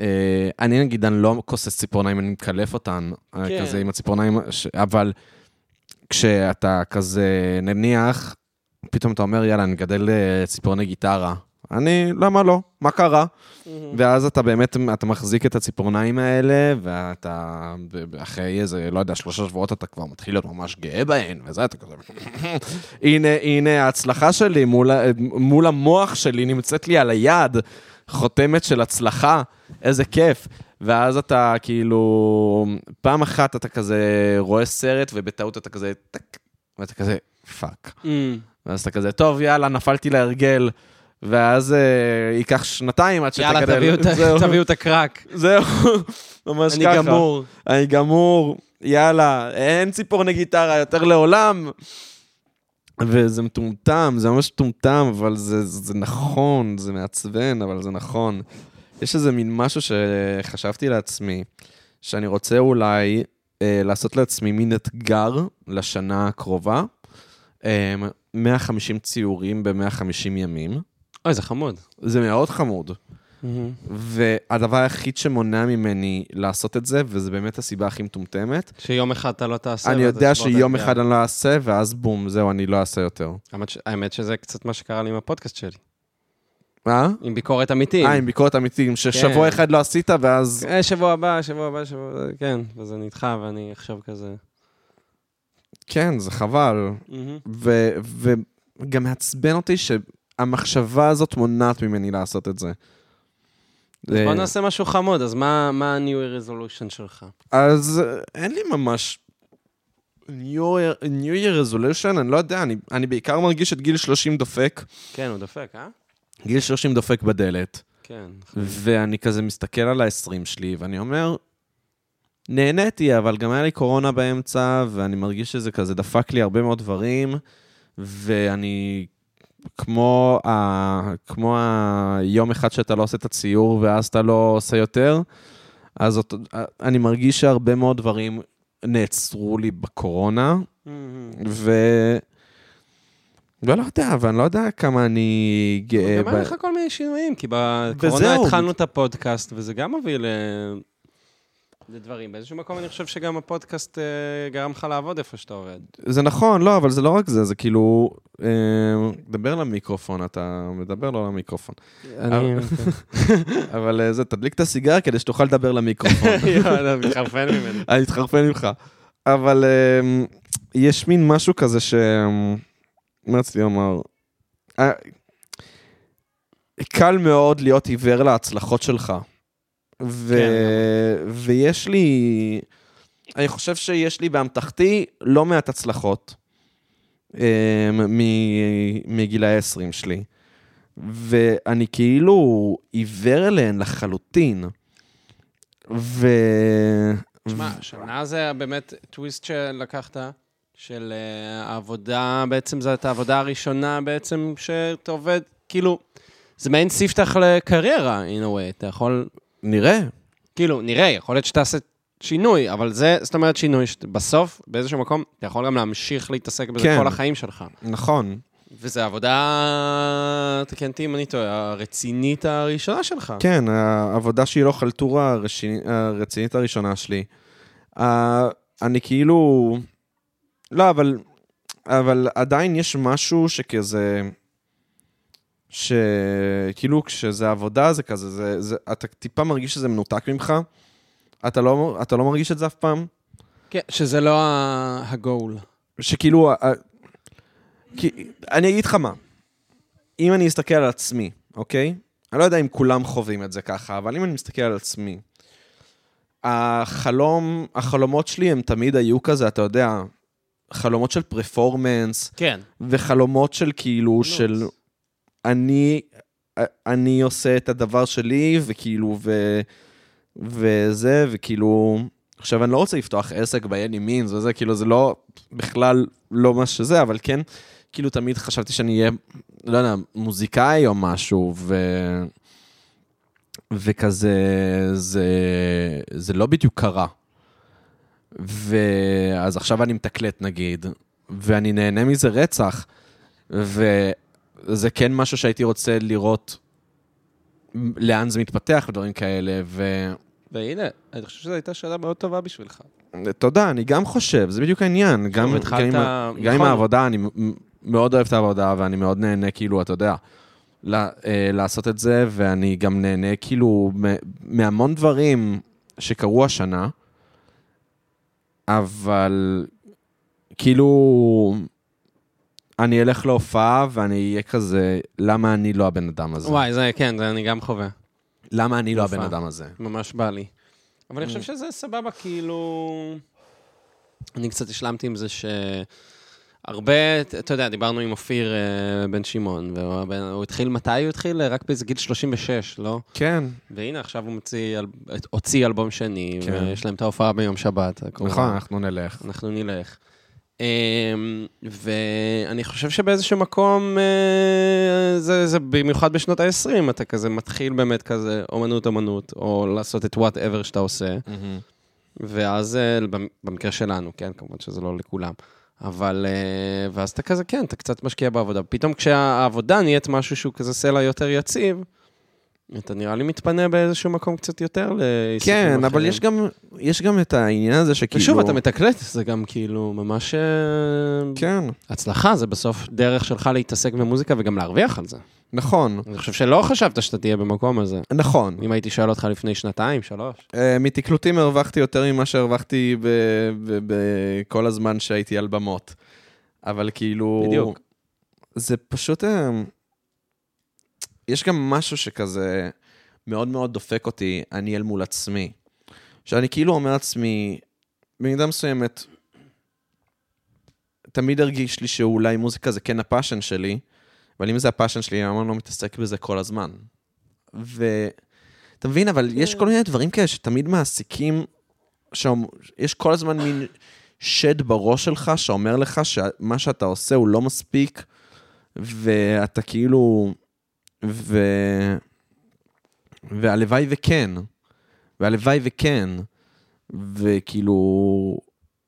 אה, אני נגיד, אני לא כוסס ציפורניים, אני מקלף אותן, אה, כן. כזה עם הציפורניים, ש- אבל כשאתה כזה, נניח, פתאום אתה אומר, יאללה, אני מגדל אה, ציפורני גיטרה. אני, למה לא? מה קרה? ואז אתה באמת, אתה מחזיק את הציפורניים האלה, ואתה, ב- ב- אחרי איזה, לא יודע, שלושה שבועות אתה כבר מתחיל להיות ממש גאה בהן, וזה, אתה כזה... הנה, הנה, ההצלחה שלי מול, ה- מול המוח שלי נמצאת לי על היד, חותמת של הצלחה, איזה כיף. ואז אתה כאילו, פעם אחת אתה כזה רואה סרט, ובטעות אתה כזה, טק, ואתה כזה, פאק. Mm. ואז אתה כזה, טוב, יאללה, נפלתי להרגל. ואז אה, ייקח שנתיים עד שתגדל. יאללה, תביאו את ה- זהו. תביאו את הקרק, זהו, ממש אני ככה. גמור. אני גמור, יאללה, אין ציפורני גיטרה יותר לעולם. וזה מטומטם, זה ממש מטומטם, אבל זה, זה נכון, זה מעצבן, אבל זה נכון. יש איזה מין משהו שחשבתי לעצמי, שאני רוצה אולי אה, לעשות לעצמי מין אתגר לשנה הקרובה. אה, 150 ציורים ב-150 ימים. אוי, זה חמוד. זה מאוד חמוד. והדבר היחיד שמונע ממני לעשות את זה, וזו באמת הסיבה הכי מטומטמת, שיום אחד אתה לא תעשה. אני ואתה יודע תשבור את שיום האתגר. אחד אני לא אעשה, ואז בום, זהו, אני לא אעשה יותר. האמת ש- האמת שזה קצת מה שקרה לי עם הפודקאסט שלי. מה? עם ביקורת אמיתית. אה, עם ביקורת אמיתית, ששבוע כן. אחד לא עשית, ואז... אה, שבוע הבא, שבוע הבא, שבוע... כן, וזה נדחה, ואני עכשיו כזה... כן, זה חבל. ו- וגם מעצבן אותי שהמחשבה הזאת מונעת ממני לעשות את זה. אז אה, בוא נעשה משהו חמוד, אז מה ה-new resolution שלך? אז אה, אין לי ממש... New Year- New Year Resolution, אני לא יודע, אני, אני בעיקר מרגיש את גיל 30 דופק. כן, הוא דופק, אה? גיל 30 דופק בדלת, כן. ואני כזה מסתכל על ה-20 שלי, ואני אומר, נהניתי, אבל גם היה לי קורונה באמצע, ואני מרגיש שזה כזה דפק לי הרבה מאוד דברים, ואני כמו, ה... כמו היום אחד שאתה לא עושה את הציור ואז אתה לא עושה יותר, אז אותו... אני מרגיש שהרבה מאוד דברים נעצרו לי בקורונה, אה, ו... ולא יודע, ואני לא יודע כמה אני גאה... גם ב- היה לך כל מיני שינויים, כי בקורונה וזהו. התחלנו את הפודקאסט, וזה גם הוביל אה, ל- לדברים. באיזשהו מקום אני חושב שגם הפודקאסט אה, גרם לך לעבוד איפה שאתה עובד. זה נכון, לא, אבל זה לא רק זה, זה כאילו... אה, דבר למיקרופון, אתה מדבר לא למיקרופון. אני- אבל אה, זה, תדליק את הסיגר כדי שתוכל לדבר למיקרופון. יואלה, מתחרפן ממני. אני מתחרפן ממך. אבל אה, יש מין משהו כזה ש... מה רציתי לומר? אה, קל מאוד להיות עיוור להצלחות שלך. ו... כן, ויש לי... אני חושב שיש לי באמתחתי לא מעט הצלחות אה, מ- מגילאי ה-20 שלי. ואני כאילו עיוור אליהן לחלוטין. ו... תשמע, Mm. השנה זה היה באמת טוויסט שלקחת, של אה, העבודה, בעצם זו הייתה העבודה הראשונה בעצם שאתה עובד, כאילו, זה מעין ספתח לקריירה, in a way, אתה יכול, נראה. כאילו, נראה, יכול להיות שתעשה שינוי, אבל זה, זאת אומרת שינוי, שבסוף, באיזשהו מקום, אתה יכול גם להמשיך להתעסק בזה כן. כל החיים שלך. נכון. וזו העבודה, תקן אותי אם אני טועה, הרצינית הראשונה שלך. כן, העבודה שהיא לא חלטורה הרשי- הרצינית הראשונה שלי. אה, אני כאילו... לא, אבל... אבל עדיין יש משהו שכזה... שכאילו כשזה עבודה זה כזה, זה, זה, אתה טיפה מרגיש שזה מנותק ממך. אתה לא, אתה לא מרגיש את זה אף פעם. כן, שזה לא ה- הגול. שכאילו, ה- ה- כי, אני אגיד לך מה, אם אני אסתכל על עצמי, אוקיי? אני לא יודע אם כולם חווים את זה ככה, אבל אם אני מסתכל על עצמי, החלום, החלומות שלי הם תמיד היו כזה, אתה יודע, חלומות של פרפורמנס, כן. וחלומות של כאילו, חלומות. של אני, אה, אני עושה את הדבר שלי, וכאילו, ו, וזה, וכאילו, עכשיו, אני לא רוצה לפתוח עסק ב-any means וזה, כאילו, זה לא, בכלל לא מה שזה, אבל כן, כאילו, תמיד חשבתי שאני אהיה, לא יודע, מוזיקאי או משהו, ו... וכזה, זה, זה לא בדיוק קרה. ואז עכשיו אני מתקלט, נגיד, ואני נהנה מזה רצח, וזה כן משהו שהייתי רוצה לראות לאן זה מתפתח ודברים כאלה, ו... והנה, אני חושב שזו הייתה שאלה מאוד טובה בשבילך. תודה, אני גם חושב, זה בדיוק העניין. גם, התחלת- גם, עם, ה- גם עם נכון. העבודה, אני מ- מאוד אוהב את העבודה, ואני מאוד נהנה, כאילו, אתה יודע, ל- אה, לעשות את זה, ואני גם נהנה, כאילו, מ- מהמון דברים שקרו השנה, אבל כאילו, אני אלך להופעה ואני אהיה כזה, למה אני לא הבן אדם הזה? וואי, זה כן, זה אני גם חווה. למה אני לא הבן הופעה. אדם הזה? ממש בא לי. אבל אני חושב שזה סבבה, כאילו... אני קצת השלמתי עם זה שהרבה, אתה יודע, דיברנו עם אופיר אה, בן שמעון, והוא הבן- הוא התחיל, מתי הוא התחיל? רק באיזה גיל 36, לא? כן, והנה, עכשיו הוא מוציא, אל- הוציא אלבום שני, כן. ויש להם את ההופעה ביום שבת. הקרובה. נכון, אנחנו נלך. אנחנו נלך. אמ, ואני חושב שבאיזשהו מקום, אה, זה, זה במיוחד בשנות ה-20, אתה כזה מתחיל באמת כזה אומנות אומנות, או לעשות את וואטאבר שאתה עושה, ואז אה, במ- במקרה שלנו, כן, כמובן שזה לא לכולם, אבל, אה, ואז אתה כזה, כן, אתה קצת משקיע בעבודה. פתאום כשהעבודה נהיית משהו שהוא כזה סלע יותר יציב, אתה נראה לי מתפנה באיזשהו מקום קצת יותר לעיסוקים כן, אבל אחרים. יש גם, כאילו יש גם את העניין הזה שכאילו... ושוב, אתה מתקלט, זה גם כאילו ממש... אה, כן, הצלחה זה בסוף דרך שלך להתעסק במוזיקה וגם להרוויח על זה. נכון, אני חושב שלא חשבת שאתה תהיה במקום הזה. נכון. אם הייתי שואל אותך לפני שנתיים, שלוש. אה, מתקלוטים הרווחתי יותר ממה שהרווחתי בכל הזמן שהייתי על במות. אבל כאילו... בדיוק. זה פשוט... אה, יש גם משהו שכזה מאוד מאוד דופק אותי, אני אל מול עצמי. שאני כאילו אומר לעצמי, במידה מסוימת, תמיד הרגיש לי שאולי מוזיקה זה כן הפאשן שלי, אבל אם זה הפאשן שלי, למה אני לא מתעסק בזה כל הזמן? ו... אתה מבין, אבל יש כל מיני דברים כאלה שתמיד מעסיקים, שאומ- יש כל הזמן מין שד בראש שלך שאומר לך שמה שאתה עושה הוא לא מספיק, ואתה כאילו... ו... והלוואי וכן, והלוואי וכן, וכאילו,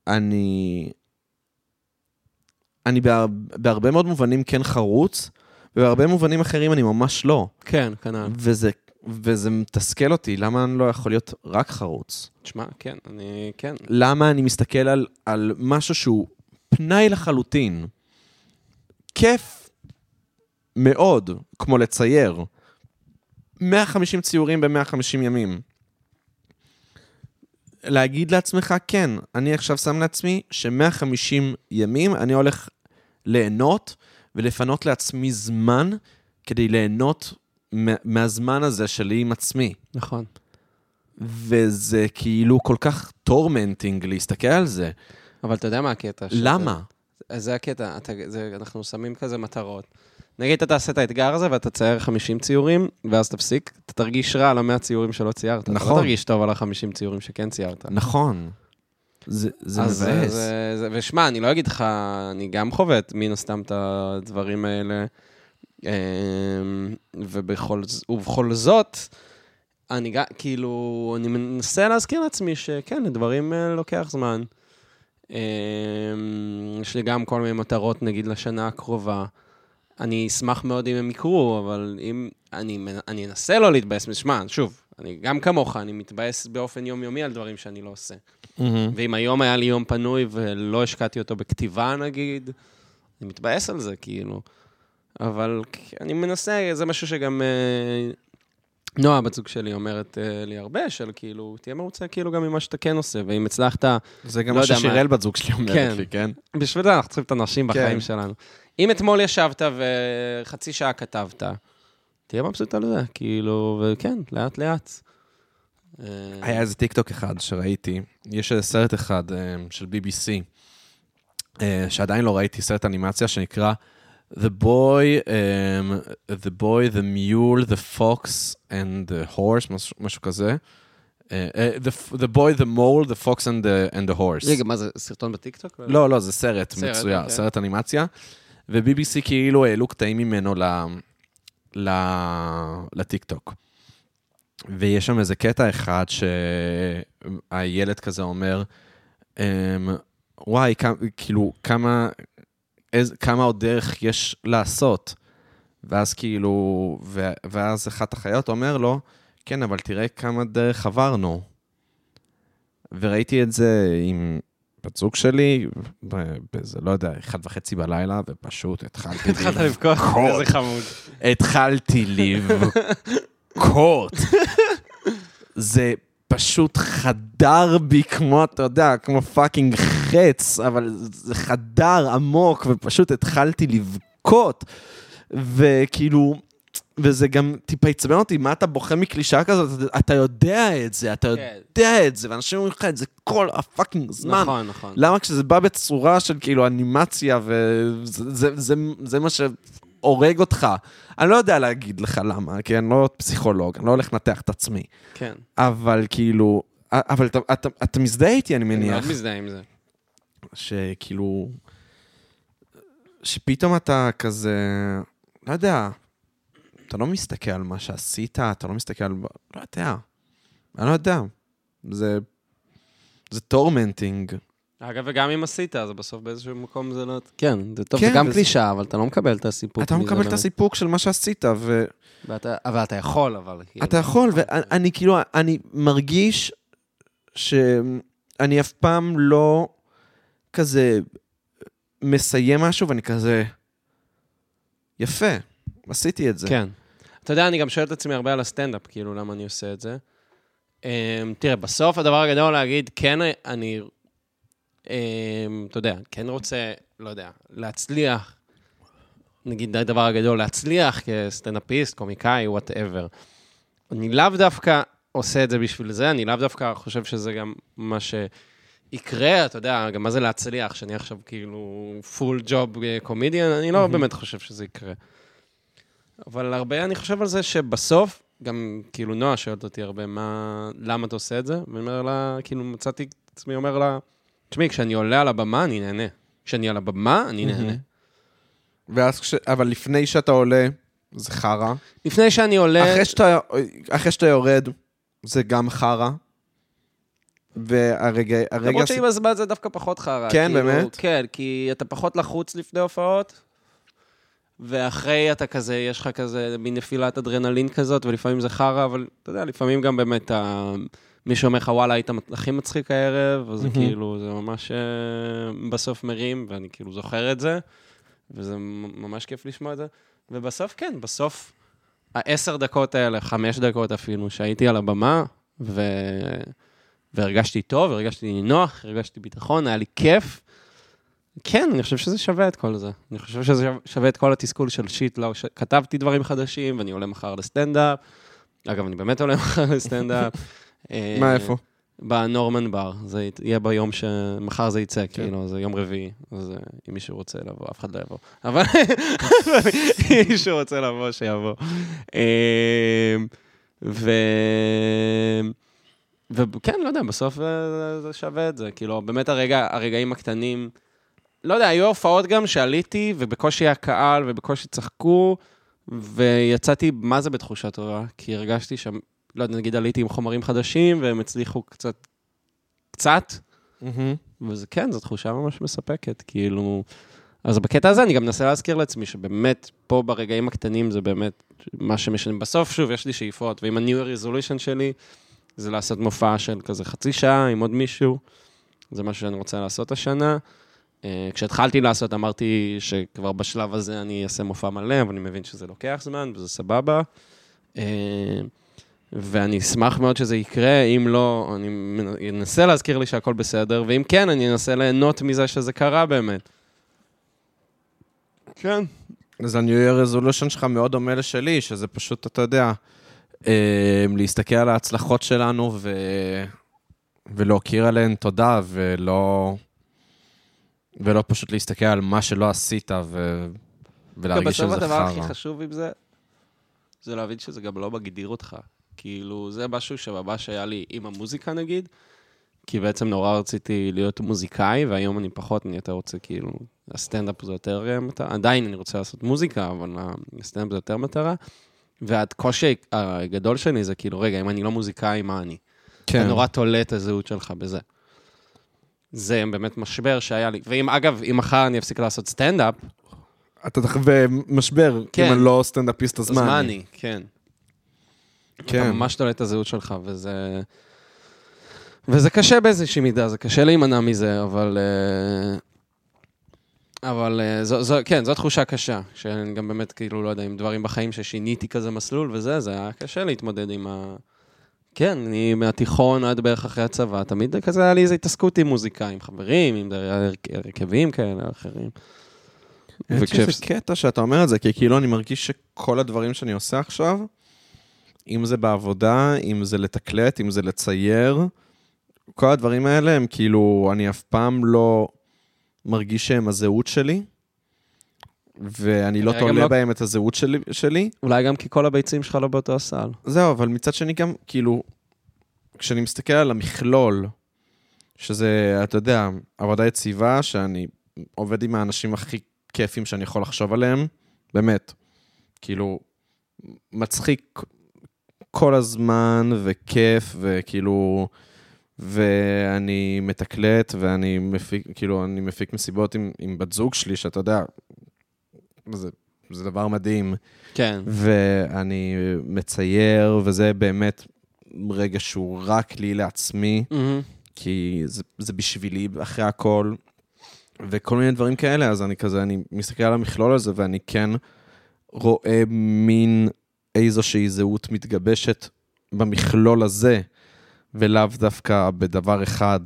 אני... אני בהר... בהרבה מאוד מובנים כן חרוץ, ובהרבה מובנים אחרים אני ממש לא. כן, כנ"ל. וזה, וזה מתסכל אותי, למה אני לא יכול להיות רק חרוץ? תשמע, כן, אני... כן. למה אני מסתכל על, על משהו שהוא פנאי לחלוטין? כיף מאוד, כמו לצייר. 150 ציורים ב-150 ימים. להגיד לעצמך, כן, אני עכשיו שם לעצמי ש-150 ימים אני הולך ליהנות ולפנות לעצמי זמן כדי ליהנות מה- מהזמן הזה שלי עם עצמי. נכון. וזה כאילו כל כך טורמנטינג להסתכל על זה. אבל אתה יודע מה הקטע? שזה- למה? אז זה הקטע, אתה, זה, אנחנו שמים כזה מטרות. נגיד אתה תעשה את האתגר הזה ואתה תצייר 50 ציורים, ואז תפסיק, אתה תרגיש רע על המאה ציורים שלא ציירת. אתה נכון. לא תרגיש טוב על ה-50 ציורים שכן ציירת. נכון. זה זה אז אה, מבאס. זה- זה- ושמע, אני לא אגיד לך, אני גם חווה את מן הסתם את הדברים האלה, אמ, ובכל, ז- ובכל זאת, אני גם, כאילו, אני מנסה להזכיר לעצמי שכן, לדברים אה, לוקח זמן. אמ, יש לי גם כל מיני מטרות, נגיד, לשנה הקרובה. אני אשמח מאוד אם הם יקרו, אבל אם... אני, מנ- אני אנסה לא להתבאס, שמע, שוב, אני גם כמוך, אני מתבאס באופן יומיומי על דברים שאני לא עושה. מהמם. ואם היום היה לי יום פנוי ולא השקעתי אותו בכתיבה, נגיד, אני מתבאס על זה, כאילו. אבל כ- אני מנסה, זה משהו שגם אה, נועה, בת זוג שלי, אומרת אה, לי הרבה, של כאילו, תהיה מרוצה כאילו גם ממה שאתה כן עושה, ואם הצלחת, זה גם לא מה יודע מה. ששיראל בת זוג שלי כן. אומרת לי, כן? בשביל זה אנחנו צריכים את הנשים כן. בחיים שלנו. אם אתמול ישבת וחצי שעה כתבת, תהיה מבסוט על זה, כאילו, וכן, לאט-לאט. אה, היה איזה טיקטוק אחד שראיתי, יש איזה סרט אחד אה, של BBC, אה, שעדיין לא ראיתי, סרט אנימציה שנקרא The Boy, um, The Boy, The Mule, The Fox and The Horse, משהו, משהו כזה. אה, אה, the, the Boy, The Mole, The Fox and the, and the Horse. רגע, מה זה, סרטון בטיקטוק? לא, לא, זה סרט, סרט, מצויר, אוקיי. סרט אנימציה. ו-BBC כאילו העלו קטעים ממנו ל... ל... לטיקטוק. ויש שם איזה קטע אחד שהילד כזה אומר, אמ, וואי, כמה, כאילו, כמה, איז, כמה עוד דרך יש לעשות. ואז כאילו, ו, ואז אחת החיות אומר לו, כן, אבל תראה כמה דרך עברנו. וראיתי את זה עם בת זוג שלי, ב- באיזה, לא יודע, אחת וחצי בלילה, ופשוט התחלתי התחלת לבכות, נכון. איזה חמוד. התחלתי לבכות. זה פשוט חדר בי כמו, אתה יודע, כמו פאקינג חץ, אבל זה חדר עמוק, ופשוט התחלתי לבכות. וכאילו, וזה גם טיפה עצבן אותי, מה אתה בוכה מקלישאה כזאת? אתה יודע את זה, אתה כן. יודע את זה, ואנשים אומרים לך את זה כל הפאקינג זמן. נכון, נכון. למה כשזה בא בצורה של כאילו אנימציה, וזה זה, זה, זה מה שהורג אותך? אני לא יודע להגיד לך למה, כי אני לא פסיכולוג, אני לא הולך לנתח את עצמי. כן. אבל כאילו, אבל אתה, אתה, אתה מזדהה איתי, אני אני מניח, מאוד מזדהה עם זה. שכאילו, שפתאום אתה כזה, לא יודע, אתה לא מסתכל על מה שעשית, אתה לא מסתכל על... לא יודע, אני לא יודע. זה, זה טורמנטינג. אגב, וגם אם עשית, אז בסוף באיזשהו מקום זה לא... כן, זה טוב, כן, זה גם וזה- קלישאה, אבל אתה לא מקבל את הסיפוק. כן. אתה לא מזה מקבל את באמת. הסיפוק של מה שעשית, ו... ואתה- אבל אתה יכול, אבל... כאילו. אתה יכול, ואני כאילו, אני מרגיש שאני אף פעם לא כזה מסיים משהו ואני כזה, יפה, עשיתי את זה. כן. אתה יודע, אני גם שואל את עצמי הרבה על הסטנדאפ, כאילו, למה אני עושה את זה. Um, תראה, בסוף הדבר הגדול להגיד, כן, אני, um, אתה יודע, כן רוצה, לא יודע, להצליח, נגיד הדבר הגדול, להצליח כסטנדאפיסט, קומיקאי, וואטאבר. אני לאו דווקא עושה את זה בשביל זה, אני לאו דווקא חושב שזה גם מה שיקרה, אתה יודע, גם מה זה להצליח, שאני עכשיו כאילו פול ג'וב קומדיאן, אני לא באמת חושב שזה יקרה. אבל הרבה אני חושב על זה שבסוף, גם כאילו נועה שואלת אותי הרבה, מה, למה אתה עושה את זה? ואני אומר לה, כאילו מצאתי את עצמי אומר לה, תשמעי, כשאני עולה על הבמה, אני נהנה. כשאני על הבמה, אני נהנה. ואז כש... אבל לפני שאתה עולה, זה חרא. לפני שאני עולה... אחרי שאתה, אחרי שאתה יורד, זה גם חרא. והרגע... הרגע למרות ש- שעם הזמן זה דווקא פחות חרא. כן, כאילו, באמת? כן, כי אתה פחות לחוץ לפני הופעות, ואחרי אתה כזה, יש לך כזה מין נפילת אדרנלין כזאת, ולפעמים זה חרא, אבל אתה יודע, לפעמים גם באמת ה... מי שאומר לך, וואלה, היית הכי מצחיק הערב, אז זה כאילו, זה ממש אה, בסוף מרים, ואני כאילו זוכר את זה, וזה מ- ממש כיף לשמוע את זה. ובסוף, כן, בסוף, העשר דקות האלה, חמש דקות אפילו, שהייתי על הבמה, ו... והרגשתי טוב, הרגשתי נוח, הרגשתי ביטחון, היה לי כיף. כן, אני חושב שזה שווה את כל זה. אני חושב שזה שווה את כל התסכול של שיט, לא, ש... כתבתי דברים חדשים, ואני עולה מחר לסטנדאפ. אגב, אני באמת עולה מחר לסטנדאפ. אה, מה, איפה? בנורמן בר, זה ית- יהיה ביום ש... מחר זה יצא, כאילו, זה יום רביעי, אז אה, אם מישהו רוצה לבוא, אף אחד לא יבוא. אבל אם מישהו רוצה לבוא, שיבוא. אה, ו... וכן, לא יודע, בסוף אה, זה שווה את זה. כאילו, באמת הרגע, הרגעים הקטנים... לא יודע, היו הופעות גם שעליתי, ובקושי היה קהל, ובקושי צחקו, ויצאתי, מה זה בתחושה טובה? כי הרגשתי שם, לא יודע, נגיד עליתי עם חומרים חדשים, והם הצליחו קצת, קצת, אה, וזה כן, זו תחושה ממש מספקת, כאילו... אז בקטע הזה אני גם מנסה להזכיר לעצמי שבאמת, פה ברגעים הקטנים זה באמת מה שמשנה. בסוף, שוב, יש לי שאיפות, ואם ה-New Year Resolution שלי זה לעשות מופע של כזה חצי שעה עם עוד מישהו, זה משהו שאני רוצה לעשות השנה. אה, כשהתחלתי לעשות, אמרתי שכבר בשלב הזה אני אעשה מופע מלא, אבל אני מבין שזה לוקח זמן וזה סבבה. אה, ואני אשמח מאוד שזה יקרה, אם לא, אני מנ- אנסה להזכיר לי שהכל בסדר, ואם כן, אני אנסה ליהנות מזה שזה קרה באמת. כן. אז ה-New Year Resolution שלך מאוד דומה לשלי, שזה פשוט, אתה יודע, אה, להסתכל על ההצלחות שלנו ו... ולהוקיר עליהן תודה, ולא... ולא פשוט להסתכל על מה שלא עשית ו... ולהרגיש שזה בסוף חרא. הדבר הכי חשוב עם זה, זה להבין שזה גם לא מגדיר אותך. כאילו, זה משהו שממש היה לי עם המוזיקה נגיד, כי בעצם נורא רציתי להיות מוזיקאי, והיום אני פחות, אני יותר רוצה כאילו, הסטנדאפ זה יותר אה, מטרה, עדיין אני רוצה לעשות מוזיקה, אבל הסטנדאפ זה יותר מטרה. והקושי הגדול שלי זה כאילו, רגע, אם אני לא מוזיקאי, מה אני? כן. אתה נורא תולה את הזהות שלך בזה. זה באמת משבר שהיה לי. ואם, אגב, אם מחר אני אפסיק לעשות סטנדאפ, אתה תחווה משבר, כן. אם אני לא סטנדאפיסט, אז אז מה מה אני? כן. אתה כן. ממש תולה את הזהות שלך, וזה... וזה קשה באיזושהי מידה, זה קשה להימנע מזה, אבל... אה, אבל אה, זו, זו, כן, זו תחושה קשה, שאני גם באמת, כאילו, לא יודע, עם דברים בחיים ששיניתי כזה מסלול וזה, זה היה קשה להתמודד עם ה... כן, אני מהתיכון עד בערך אחרי הצבא, תמיד כזה היה לי איזו התעסקות עם מוזיקה, עם חברים, עם דר- הרכבים כאלה, אחרים. האמת שזה וכשהפס- קטע שאתה אומר את זה, כי כאילו אני מרגיש שכל הדברים שאני עושה עכשיו, אם זה בעבודה, אם זה לתקלט, אם זה לצייר, כל הדברים האלה הם כאילו, אני אף פעם לא מרגיש שהם הזהות שלי, ואני לא כנראה גם תולה לא- בהם את הזהות שלי, שלי. אולי גם כי כל הביצים שלך לא באותו הסל. זהו, אבל מצד שני גם, כאילו, כשאני מסתכל על המכלול, שזה, אתה יודע, עבודה יציבה, שאני עובד עם האנשים הכי כיפים שאני יכול לחשוב עליהם, באמת, כאילו, מצחיק כל הזמן, וכיף, וכאילו, ואני מתקלט, ואני מפיק, כאילו, אני מפיק מסיבות עם, עם בת זוג שלי, שאתה יודע, זה, זה דבר מדהים. כן. ואני מצייר, וזה באמת רגע שהוא רק לי לעצמי, מהמם. כי זה, זה בשבילי אחרי הכל, וכל מיני דברים כאלה, אז אני כזה, אני מסתכל על המכלול הזה, ואני כן רואה מין איזושהי זהות מתגבשת במכלול הזה, ולאו דווקא בדבר אחד.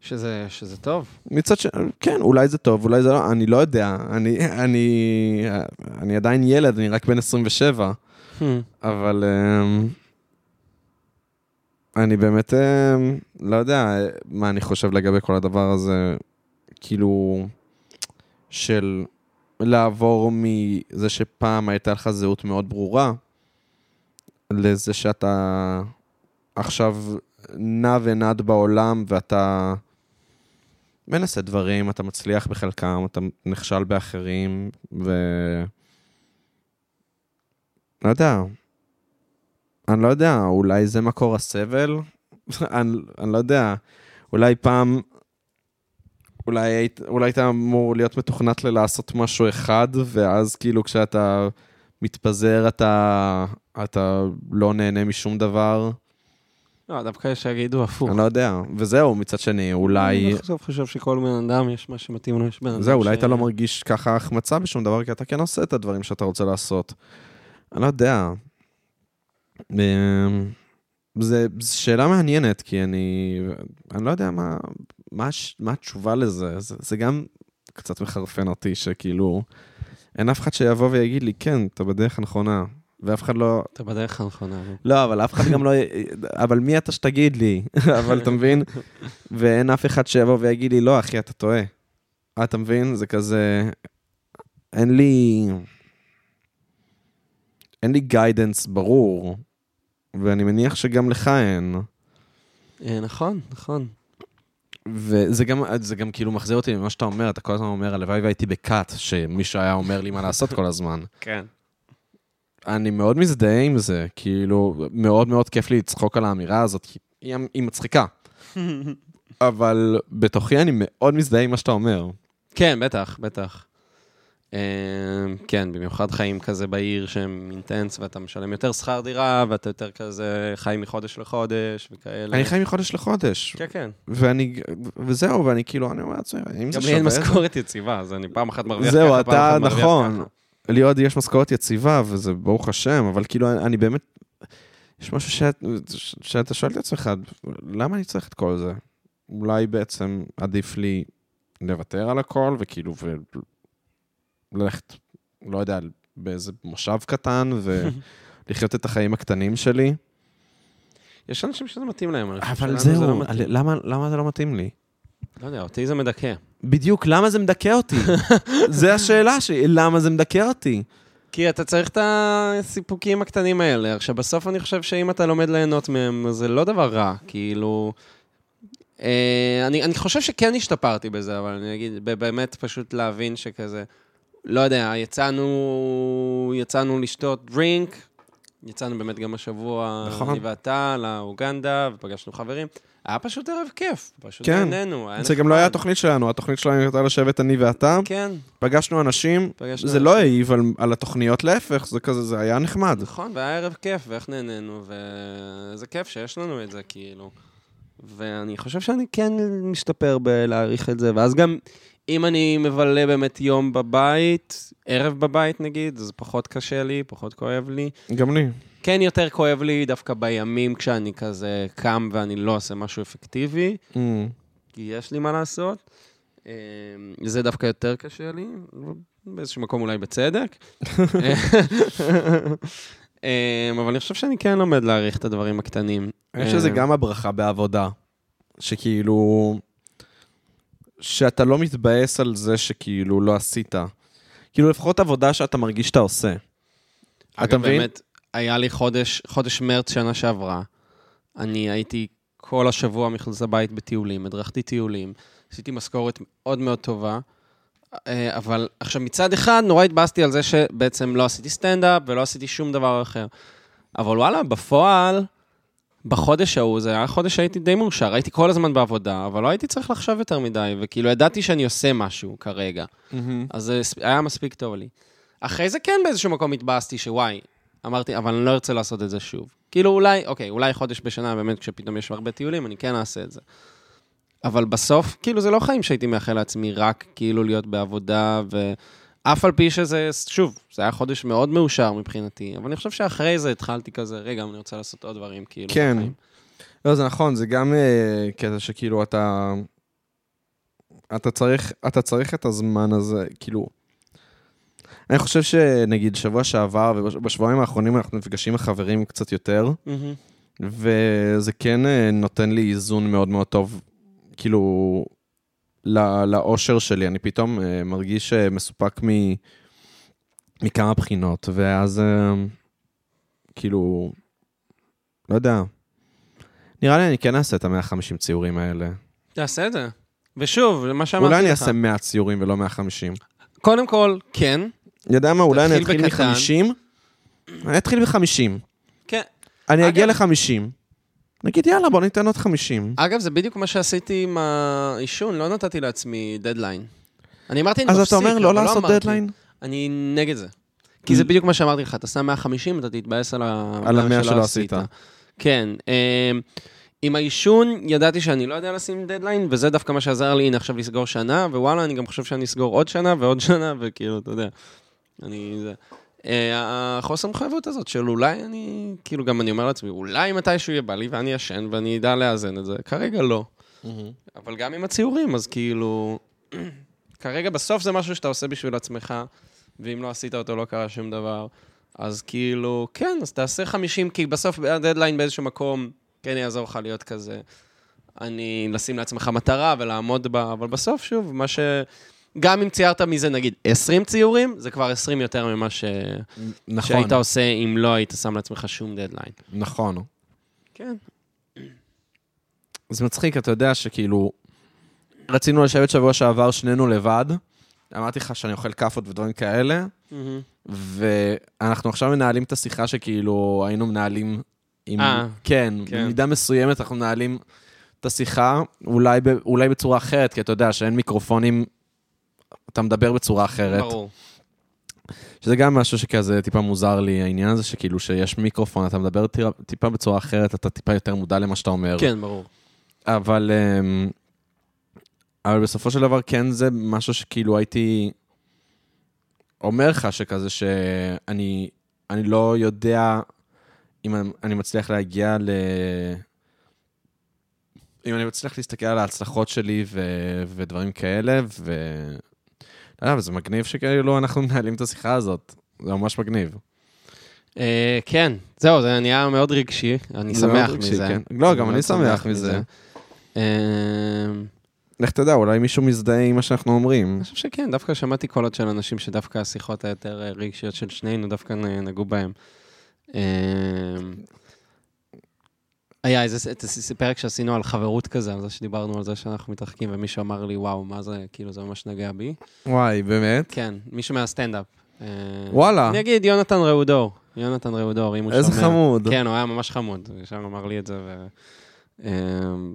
שזה, שזה טוב. מצד ש... כן, אולי זה טוב, אולי זה לא, אני לא יודע. אני, אני, אני עדיין ילד, אני רק בן 27. אבל אמ, אני באמת אמ, לא יודע מה אני חושב לגבי כל הדבר הזה, כאילו, של לעבור מזה שפעם הייתה לך זהות מאוד ברורה, לזה שאתה עכשיו נע ונד בעולם ואתה מנסה דברים, אתה מצליח בחלקם, אתה נכשל באחרים, ו... לא יודע. אני לא יודע, אולי זה מקור הסבל? אני, אני לא יודע. אולי פעם... אולי, היית- אולי היית אמור להיות מתוכנת ללעשות משהו אחד, ואז כאילו כשאתה מתפזר אתה, אתה לא נהנה משום דבר. לא, דווקא יש שיגידו הפוך. אני לא יודע. וזהו, מצד שני, אולי... אני בסוף חושב שכל בן אדם יש מה שמתאים לו, יש בן אדם זהו, אולי ש- אתה לא מרגיש ככה החמצה בשום דבר, כי אתה כן עושה את הדברים שאתה רוצה לעשות. אני לא יודע. אמ, זה, זו שאלה מעניינת, כי אני... אני לא יודע מה, מה, הש- מה התשובה לזה. זה, זה גם קצת מחרפן אותי, שכאילו... אין אף אחד שיבוא ויגיד לי, כן, אתה בדרך הנכונה. ואף אחד לא... אתה בדרך הנכונה. אבל- לא, אבל אף אחד גם לא... אבל מי אתה שתגיד לי? אבל אתה מבין? ואין אף אחד שיבוא ויגיד לי, לא, אחי, אתה טועה. אה, אתה מבין? זה כזה... אין לי... אין לי גיידנס ברור, ואני מניח שגם לך אין. אה, נכון, נכון. וזה גם, זה גם כאילו מחזיר אותי למה שאתה אומר, אתה כל הזמן אומר, הלוואי והייתי בקאט, שמישהו היה אומר לי מה לעשות כל הזמן. כן. אני מאוד מזדהה עם זה, כאילו, מאוד מאוד כיף לי לצחוק על האמירה הזאת, כי היא, היא מצחיקה. אבל בתוכי אני מאוד מזדהה עם מה שאתה אומר. כן, בטח, בטח. אה, כן, במיוחד חיים כזה בעיר שהם אינטנס, ואתה משלם יותר שכר דירה, ואתה יותר כזה חי מחודש לחודש וכאלה. אני חי מחודש לחודש, כן, כן. ואני, וזהו, ואני כאילו, אני אומר לעצמי, אם זה גם לי אין שווה... את זה." משכורת יציבה, אז אני פעם אחת מרוויח זהו, ככה, פעם אתה אחת מרוויח נכון. ככה. לי עוד יש משכורת יציבה, וזה ברוך השם, אבל כאילו, אני, אני באמת... יש משהו שאת, ש- שאתה שואל את עצמך, למה אני צריך את כל זה? אולי בעצם עדיף לי לוותר על הכל, וכאילו, וללכת, לא יודע, באיזה מושב קטן, ולחיות את החיים הקטנים שלי. יש אנשים שזה מתאים להם, אני חושב אבל שלנו זה לא זהו, מתאים. למה, למה זה לא מתאים לי? לא יודע, אותי זה מדכא. בדיוק, למה זה מדכא אותי? זה השאלה שלי, למה זה מדכא אותי? כי אתה צריך את הסיפוקים הקטנים האלה. עכשיו, בסוף אני חושב שאם אתה לומד ליהנות מהם, אז זה לא דבר רע, כאילו... אה, אני, אני חושב שכן השתפרתי בזה, אבל אני אגיד, ב- באמת פשוט להבין שכזה, לא יודע, יצאנו, יצאנו לשתות דרינק, יצאנו באמת גם השבוע, נכון. אני ואתה, לאוגנדה, ופגשנו חברים. היה פשוט ערב כיף, פשוט כן. נהנינו. היה זה גם לא נחמד. היה התוכנית שלנו, התוכנית שלנו הייתה לשבת אני ואתה, כן, פגשנו אנשים, פגשנו זה לא העיב על- על התוכניות, להפך, זה כזה, זה היה נחמד. נכון, והיה ערב כיף, ואיך נהנינו, וזה כיף שיש לנו את זה, כאילו. ואני חושב שאני כן משתפר בלהעריך את זה, ואז גם אם אני מבלה באמת יום בבית, ערב בבית נגיד, אז פחות קשה לי, פחות כואב לי. גם לי. כן יותר כואב לי דווקא בימים כשאני כזה קם ואני לא עושה משהו אפקטיבי, Mm. כי יש לי מה לעשות. אה, זה דווקא יותר קשה לי, באיזשהו מקום אולי בצדק. אה, אבל אני חושב שאני כן לומד להעריך את הדברים הקטנים. אני חושב שזה אה, גם הברכה בעבודה, שכאילו, שאתה לא מתבאס על זה שכאילו לא עשית. כאילו, לפחות עבודה שאתה מרגיש שאתה עושה. אתה אגב, מבין? באמת, היה לי חודש, חודש מרץ שנה שעברה, אני הייתי כל השבוע מחוץ לבית בטיולים, הדרכתי טיולים, עשיתי משכורת מאוד מאוד טובה, אה, אבל עכשיו מצד אחד נורא התבאסתי על זה שבעצם לא עשיתי סטנדאפ ולא עשיתי שום דבר אחר. אבל וואלה, בפועל בחודש ההוא, זה היה חודש שהייתי די מאושר, הייתי כל הזמן בעבודה, אבל לא הייתי צריך לחשוב יותר מדי, וכאילו ידעתי שאני עושה משהו כרגע, אז זה ס- היה מספיק טוב לי. אחרי זה כן באיזשהו מקום התבאסתי שוואי, אמרתי, אבל אני לא ארצה לעשות את זה שוב. כאילו אולי, אוקיי, אולי חודש בשנה, באמת, כשפתאום יש הרבה טיולים, אני כן אעשה את זה. אבל בסוף, כאילו, זה לא חיים שהייתי מאחל לעצמי רק כאילו להיות בעבודה, ואף על פי שזה, שוב, זה היה חודש מאוד מאושר מבחינתי, אבל אני חושב שאחרי זה התחלתי כזה, רגע, אני רוצה לעשות עוד דברים, כאילו. כן. בחיים." לא, זה נכון, זה גם אה, קטע שכאילו אתה... אתה צריך, אתה צריך את הזמן הזה, כאילו... אני חושב שנגיד שבוע שעבר ובשבועיים האחרונים אנחנו נפגשים עם החברים קצת יותר, מהמם. וזה כן אה, נותן לי איזון מאוד מאוד טוב, כאילו, לא- לאושר שלי. אני פתאום אה, מרגיש אה, מסופק מ... מכמה בחינות, ואז אה, כאילו, לא יודע. נראה לי אני כן אעשה את ה-150 ציורים האלה. תעשה את זה. ושוב, מה שאמרתי לך. אולי אני אעשה 100 ציורים ולא 150. קודם כל, כן. יודע מה, אולי אני תתחיל אתחיל בקטן. מ-50? אני אתחיל ב-50. כן. אני אגיע אגב- אה, ל-50. נגיד, יאללה, בוא ניתן עוד 50. אגב, זה בדיוק מה שעשיתי עם העישון, לא נתתי לעצמי דדליין. אני אמרתי, אני אז מפסיק, אתה אומר לא אבל לעשות אמרתי. דדליין? אני נגד זה. כי זה בדיוק מה שאמרתי לך, אתה שם 150, אתה תתבאס על ה... על המאה מאה שלא עשית. כן. אמ, עם העישון, ידעתי שאני לא יודע לשים דדליין, וזה דווקא מה שעזר לי, הנה עכשיו לסגור שנה, ווואלה, אני גם חושב שאני אסגור עוד שנה ועוד שנה, וכאילו, אתה יודע, אני... זה... אה, החוסר מחויבות הזאת של אולי אני, כאילו גם אני אומר לעצמי, אולי מתישהו יהיה בא לי ואני אשן ואני אדע לאזן את זה, כרגע לא. Mm-hmm. אבל גם עם הציורים, אז כאילו... כרגע בסוף זה משהו שאתה עושה בשביל עצמך, ואם לא עשית אותו לא קרה שום דבר. אז כאילו, כן, אז תעשה 50, כי בסוף הדדליין באיזשהו מקום כן יעזור לך להיות כזה. אני, לשים לעצמך מטרה ולעמוד בה, אבל בסוף, שוב, מה ש... גם אם ציירת מזה, נגיד, 20 ציורים, זה כבר 20 יותר ממה ש... נכון, שהיית עושה אם לא היית שם לעצמך שום דדליין. נכון. כן. זה מצחיק, אתה יודע שכאילו, רצינו לשבת שבוע שעבר שנינו לבד, אמרתי לך שאני אוכל כאפות ודברים כאלה, כן. ואנחנו עכשיו מנהלים את השיחה שכאילו היינו מנהלים עם... אה, כן, כן. במידה מסוימת אנחנו מנהלים את השיחה, אולי, ב... אולי בצורה אחרת, כי אתה יודע שאין מיקרופונים, אתה מדבר בצורה אחרת. ברור. שזה גם משהו שכזה טיפה מוזר לי, העניין הזה שכאילו שיש מיקרופון, אתה מדבר טירה- טיפה בצורה אחרת, אתה טיפה יותר מודע למה שאתה אומר. כן, ברור. אבל, אמ, אבל בסופו של דבר כן זה משהו שכאילו הייתי אומר לך שכזה שאני אני לא יודע אם אני- אני מצליח להגיע ל... אם אני מצליח להסתכל על ההצלחות שלי ו... ודברים כאלה, ו... לא יודע, אבל זה מגניב שכאילו אנחנו מנהלים את השיחה הזאת. זה ממש מגניב. אה, כן, זהו, זה נהיה מאוד רגשי, אני זה מאוד שמח רגשי, מזה. כן. לא, גם מאוד אני שמח מזה. אה, לך תדע, אולי מישהו מזדהה עם מה שאנחנו אומרים. אני חושב שכן, דווקא שמעתי קולות של אנשים שדווקא השיחות היותר אה, רגשיות של שנינו דווקא נ- נגעו בהם. אה, היה איזה ס- את הס- פרק שעשינו על חברות כזה, על זה שדיברנו על זה שאנחנו מתרחקים, ומישהו אמר לי, וואו, מה זה, כאילו, זה ממש נגע בי. וואי, באמת? כן, מישהו מהסטנדאפ. אה, וואלה. אני אגיד יונתן ראודור. יונתן ראודור, אם הוא שומע. איזה חמוד. כן, הוא היה ממש חמוד. הוא ישר אמר לי את זה, ו... אה,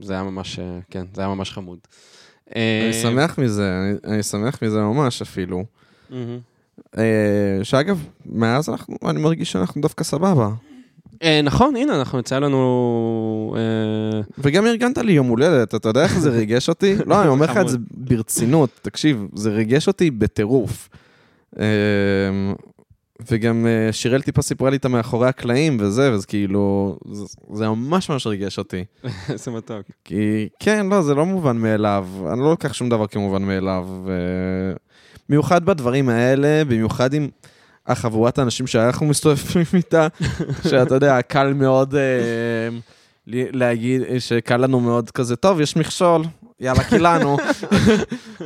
זה היה ממש, אה, כן, זה היה ממש חמוד. אה, אני שמח מזה, אני, אני שמח מזה ממש אפילו. מהמם. אה, שאגב, מאז אנחנו, אני מרגיש שאנחנו דווקא סבבה. אה, נכון, הנה, אנחנו יצא לנו... אה, וגם ארגנת לי יום הולדת, אתה יודע איך זה ריגש אותי? לא, אני אומר לך את זה ברצינות, תקשיב, זה ריגש אותי בטירוף. אה, וגם אה, שיראל טיפה סיפרה לי את המאחורי הקלעים וזה, וזה כאילו, זה, זה ממש ממש ריגש אותי. איזה מתוק. כי כן, לא, זה לא מובן מאליו. אני לא לוקח שום דבר כמובן מאליו. ו- במיוחד בדברים האלה, במיוחד עם החבורת האנשים שאנחנו מסתובבים איתה, שאתה יודע, קל מאוד אה, לי- להגיד, שקל לנו מאוד כזה, טוב, יש מכשול, יאללה, קילנו.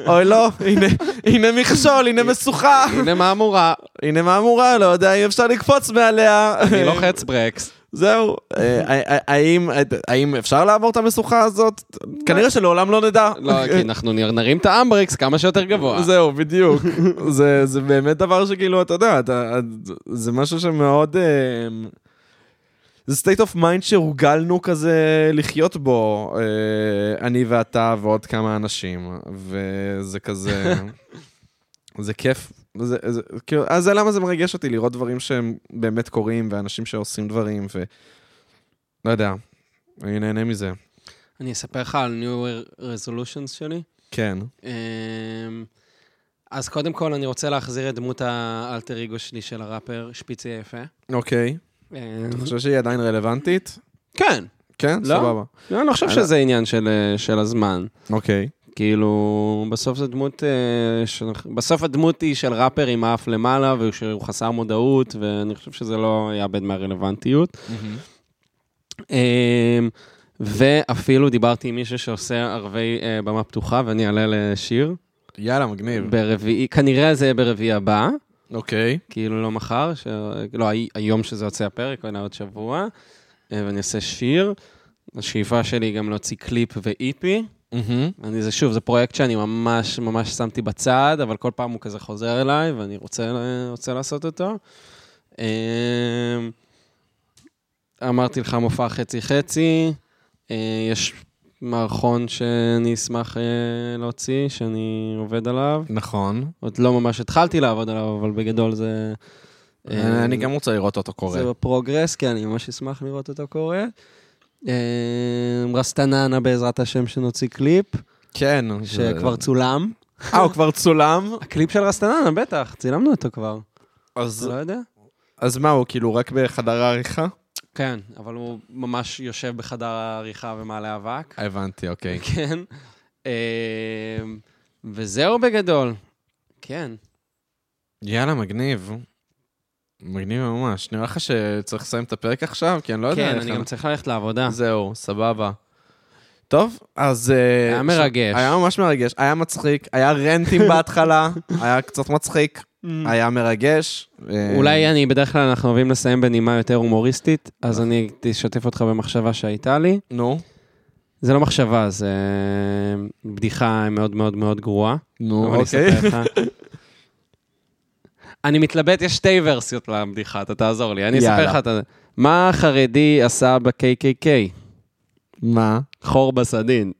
אוי, לא, הנה, הנה מכשול, הנה משוכה, הנה מהמורה, הנה מהמורה, לא יודע, אי אפשר לקפוץ מעליה. אני לא לוחץ ברקס. זהו, אה, אה, אה, האם- אה, האם אפשר לעבור את המשוכה הזאת? כנראה שלעולם לא נדע. לא, כי אנחנו נר- נרים את האמברקס כמה שיותר גבוה. זהו, בדיוק. זה- זה באמת דבר שכאילו, אתה יודע, אתה- זה משהו שמאוד... אה, זה state of mind שהורגלנו כזה לחיות בו, אה, אני ואתה ועוד כמה אנשים, וזה כזה... זה כיף. זה, זה, כאילו, אז זה למה זה מרגש אותי, לראות דברים שהם באמת קורים, ואנשים שעושים דברים, ו... לא יודע, אני נהנה מזה. אני אספר לך על New Year Resolutions שלי. כן. אמ, אז קודם כל, אני רוצה להחזיר את דמות האלטר אגו שלי של הראפר, שפיצי היפה. אוקיי. אמ, אתה חושב שהיא עדיין רלוונטית? כן. כן, לא. סבבה. לא, אני לא חושב אני- שזה עניין של, אה, של הזמן. אוקיי. כאילו, בסוף זו דמות... אה, של... בסוף הדמות היא של ראפר עם האף למעלה, ושהוא חסר מודעות, ואני חושב שזה לא יאבד מהרלוונטיות. אמ, ואפילו דיברתי עם מישהו שעושה ערבי אה, במה פתוחה, ואני אעלה לשיר. יאללה, מגניב. ברביעי, כנראה זה יהיה ברביעי הבא, אוקיי. כאילו לא מחר, ש... לא, הי- היום שזה יוצא הפרק, אלא עוד שבוע, אה, ואני אעשה שיר. השאיפה שלי היא גם להוציא קליפ ואיפי. אני, זה שוב, זה פרויקט שאני ממש ממש שמתי בצד, אבל כל פעם הוא כזה חוזר אליי, ואני רוצה, רוצה לעשות אותו. אמ, אמרתי לך מופע חצי-חצי, אה, יש מערכון שאני אשמח אה, להוציא, שאני עובד עליו. נכון. עוד לא ממש התחלתי לעבוד עליו, אבל בגדול זה... אה, אני גם רוצה לראות אותו קורה. זה בפרוגרס, כי אני ממש אשמח לראות אותו קורה. אה, רסטננה בעזרת השם שנוציא קליפ, כן. זה- שכבר צולם. אה, הוא כבר צולם? הקליפ של רסטננה, בטח, צילמנו אותו כבר. אתה אז- לא יודע? אז מה, הוא כאילו רק בחדר העריכה? כן, אבל הוא ממש יושב בחדר העריכה ומעלה אבק. הבנתי, אוקיי. כן. אה, וזהו בגדול. כן. יאללה, מגניב. מגניב ממש. נראה לך שצריך לסיים את הפרק עכשיו? כי אני לא יודע כן, איך אני גם אה. צריך ללכת לעבודה. זהו, סבבה. טוב, אז... אה, היה מרגש. היה ממש מרגש, היה מצחיק, היה רנטים בהתחלה, היה קצת מצחיק, היה מרגש. אה, Mm. אולי אני, בדרך כלל אנחנו אוהבים לסיים בנימה יותר הומוריסטית, אז אני אשתף אותך במחשבה שהייתה לי. נו. זה לא מחשבה, זה אה, בדיחה מאוד מאוד מאוד גרועה. אבל נו, אני אוקיי. אספר לך. אני מתלבט, יש שתי ורסיות לבדיחה, אתה תעזור לי. אני אספר יאללה. לך את זה. מה החרדי עשה ב-KKK? מה? חור בסדין.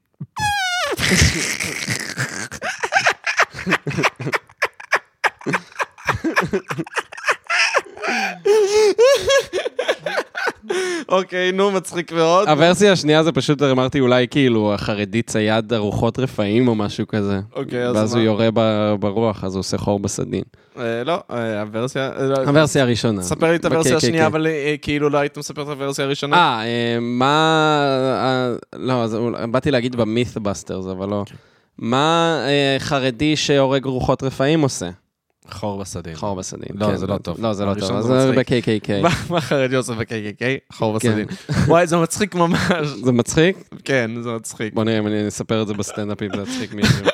אוקיי, נו, מצחיק מאוד. הוורסיה השנייה זה פשוט אמרתי אולי כאילו החרדי צייד ארוחות רפאים או משהו כזה. אוקיי, אז ואז מה? הוא יורה ב- ברוח, אז הוא עושה חור בסדין. אה, לא, אה, הוורסיה... אה, לא, הוורסיה הראשונה. ספר לי את הוורסיה ב-KKK. השנייה, אבל אה, כאילו לא היית מספר את הוורסיה הראשונה. אה, אה, מה... אה, לא, אז אול- באתי להגיד במית'באסטרס, אבל אוקיי. לא. מה אה, חרדי שהורג רוחות רפאים עושה? חור בשדה. אה, חור בסדין. לא, כן. זה לא טוב. לא, זה לא הראשון טוב, אז זה זה מצחיק. ב-KKK. מה חרדי עושה ב-KKK? חור כן. בשדה. וואי, זה מצחיק ממש. זה מצחיק? כן, זה מצחיק. בוא נראה אם אני אספר את זה בסטנדאפ אם זה יצחיק מישהו.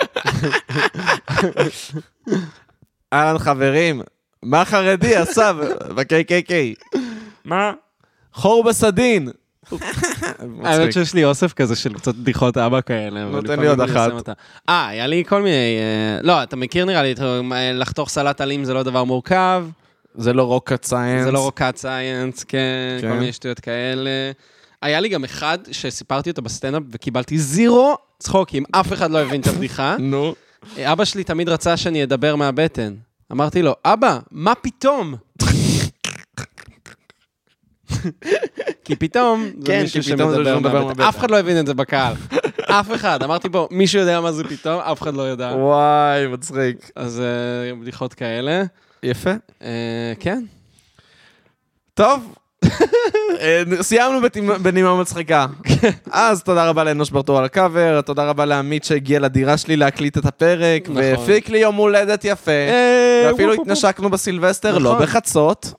אהלן חברים, מה חרדי עשה ב- ב-KKK? מה? חור בסדין. האמת מצחיק. שיש לי אוסף כזה של קצת בדיחות אבא כאלה. אבל נותן לי לפעמים עוד אני אחת. עושה אותה. אה, היה לי כל מיני... אה, לא, אתה מכיר נראה לי, את, אה, לחתוך סלט עלים זה לא דבר מורכב. זה לא רוקה ציינס. זה לא רוקד סייאנס, כן, כן. כל מיני שטויות כאלה. היה לי גם אחד שסיפרתי אותו בסטנדאפ וקיבלתי זירו צחוקים, אף אחד לא הבין את הבדיחה. נו. אה, אבא שלי תמיד רצה שאני אדבר מהבטן. אמרתי לו, אבא, מה פתאום? כי פתאום, זה כן, מישהו כי פתאום זה שמדבר שהוא מדבר מהבטן. מהבטן. אף אחד לא הבין את זה בקהל. אף אחד. אמרתי פה, מישהו יודע מה זה פתאום? אף אחד לא יודע. וואי, מצחיק. אז אה, בדיחות כאלה. יפה. אה, כן. טוב. אה, סיימנו בתימ- בנימה מצחיקה. אז תודה רבה לאנוש ברטור על הקאבר, תודה רבה לעמית שהגיע לדירה שלי להקליט את הפרק, נכון. אה, והפיק לי יום הולדת יפה, ואפילו וופ, וופ, וופ. התנשקנו בסילבסטר, לא נכון. בחצות,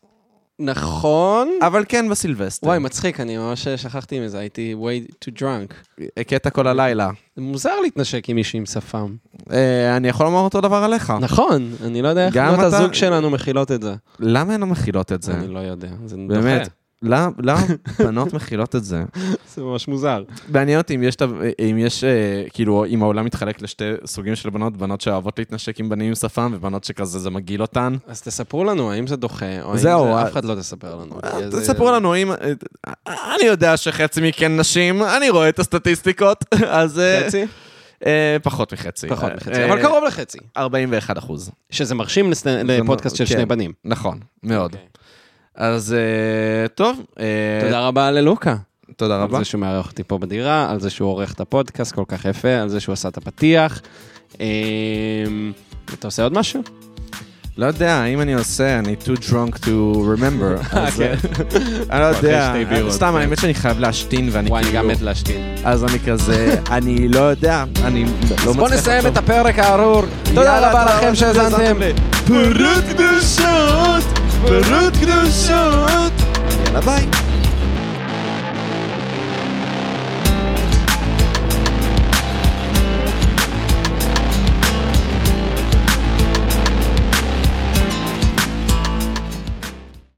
נכון. אבל כן בסילבסטר. וואי, מצחיק, אני ממש שכחתי מזה, הייתי way too drunk. הכית כל הלילה. זה מוזר להתנשק עם מישהו עם שפם. אה, אני יכול לומר אותו דבר עליך. נכון, אני לא יודע איך אה. גם בנות אתה- הזוג שלנו מכילות את זה. למה הן לא מכילות את זה? אני לא יודע, זה דוחה. באמת. למה למה בנות מכילות את זה? זה ממש מוזר. מעניין אותי אם יש, את ה- אם יש, אה, כאילו, אם העולם מתחלק לשתי סוגים של בנות, בנות שאוהבות להתנשק עם בנים עם שפם, ובנות שכזה זה מגעיל אותן. אז תספרו לנו האם זה דוחה, או האם זהו, זה... אה, אף אחד לא תספר לנו. כי זה- תספרו לנו אם... אה, אני יודע שחצי מכן נשים, אני רואה את הסטטיסטיקות, אז... אה, חצי? אה, פחות מחצי. פחות מחצי, אה, אבל קרוב לחצי. 41 אחוז. שזה מרשים לסט- זה מ- לפודקאסט של כן. שני בנים. נכון, מאוד. אוקיי. אז אה, טוב, אה, תודה רבה ללוקה. תודה על רבה. זה שהוא מארח אותי פה בדירה, על זה שהוא עורך את הפודקאסט כל כך יפה, על זה שהוא עשה את הפתיח. אמ, אתה עושה עוד משהו? לא יודע, אם אני עושה, אני too drunk to remember. אז, אה, כן. אני לא יודע, אחרי שתי בירות, סתם, כן. האמת שאני חייב להשתין ואני וואי, אני כאילו... גם מת להשתין. אז אני כזה, אני לא יודע, אני לא מצליח... אז בוא נסיים לחשוב. את הפרק הארור. תודה יאללה, רבה לכם שהאזנתם. פירוט קדושות, פירוט קדושות. יאללה ביי.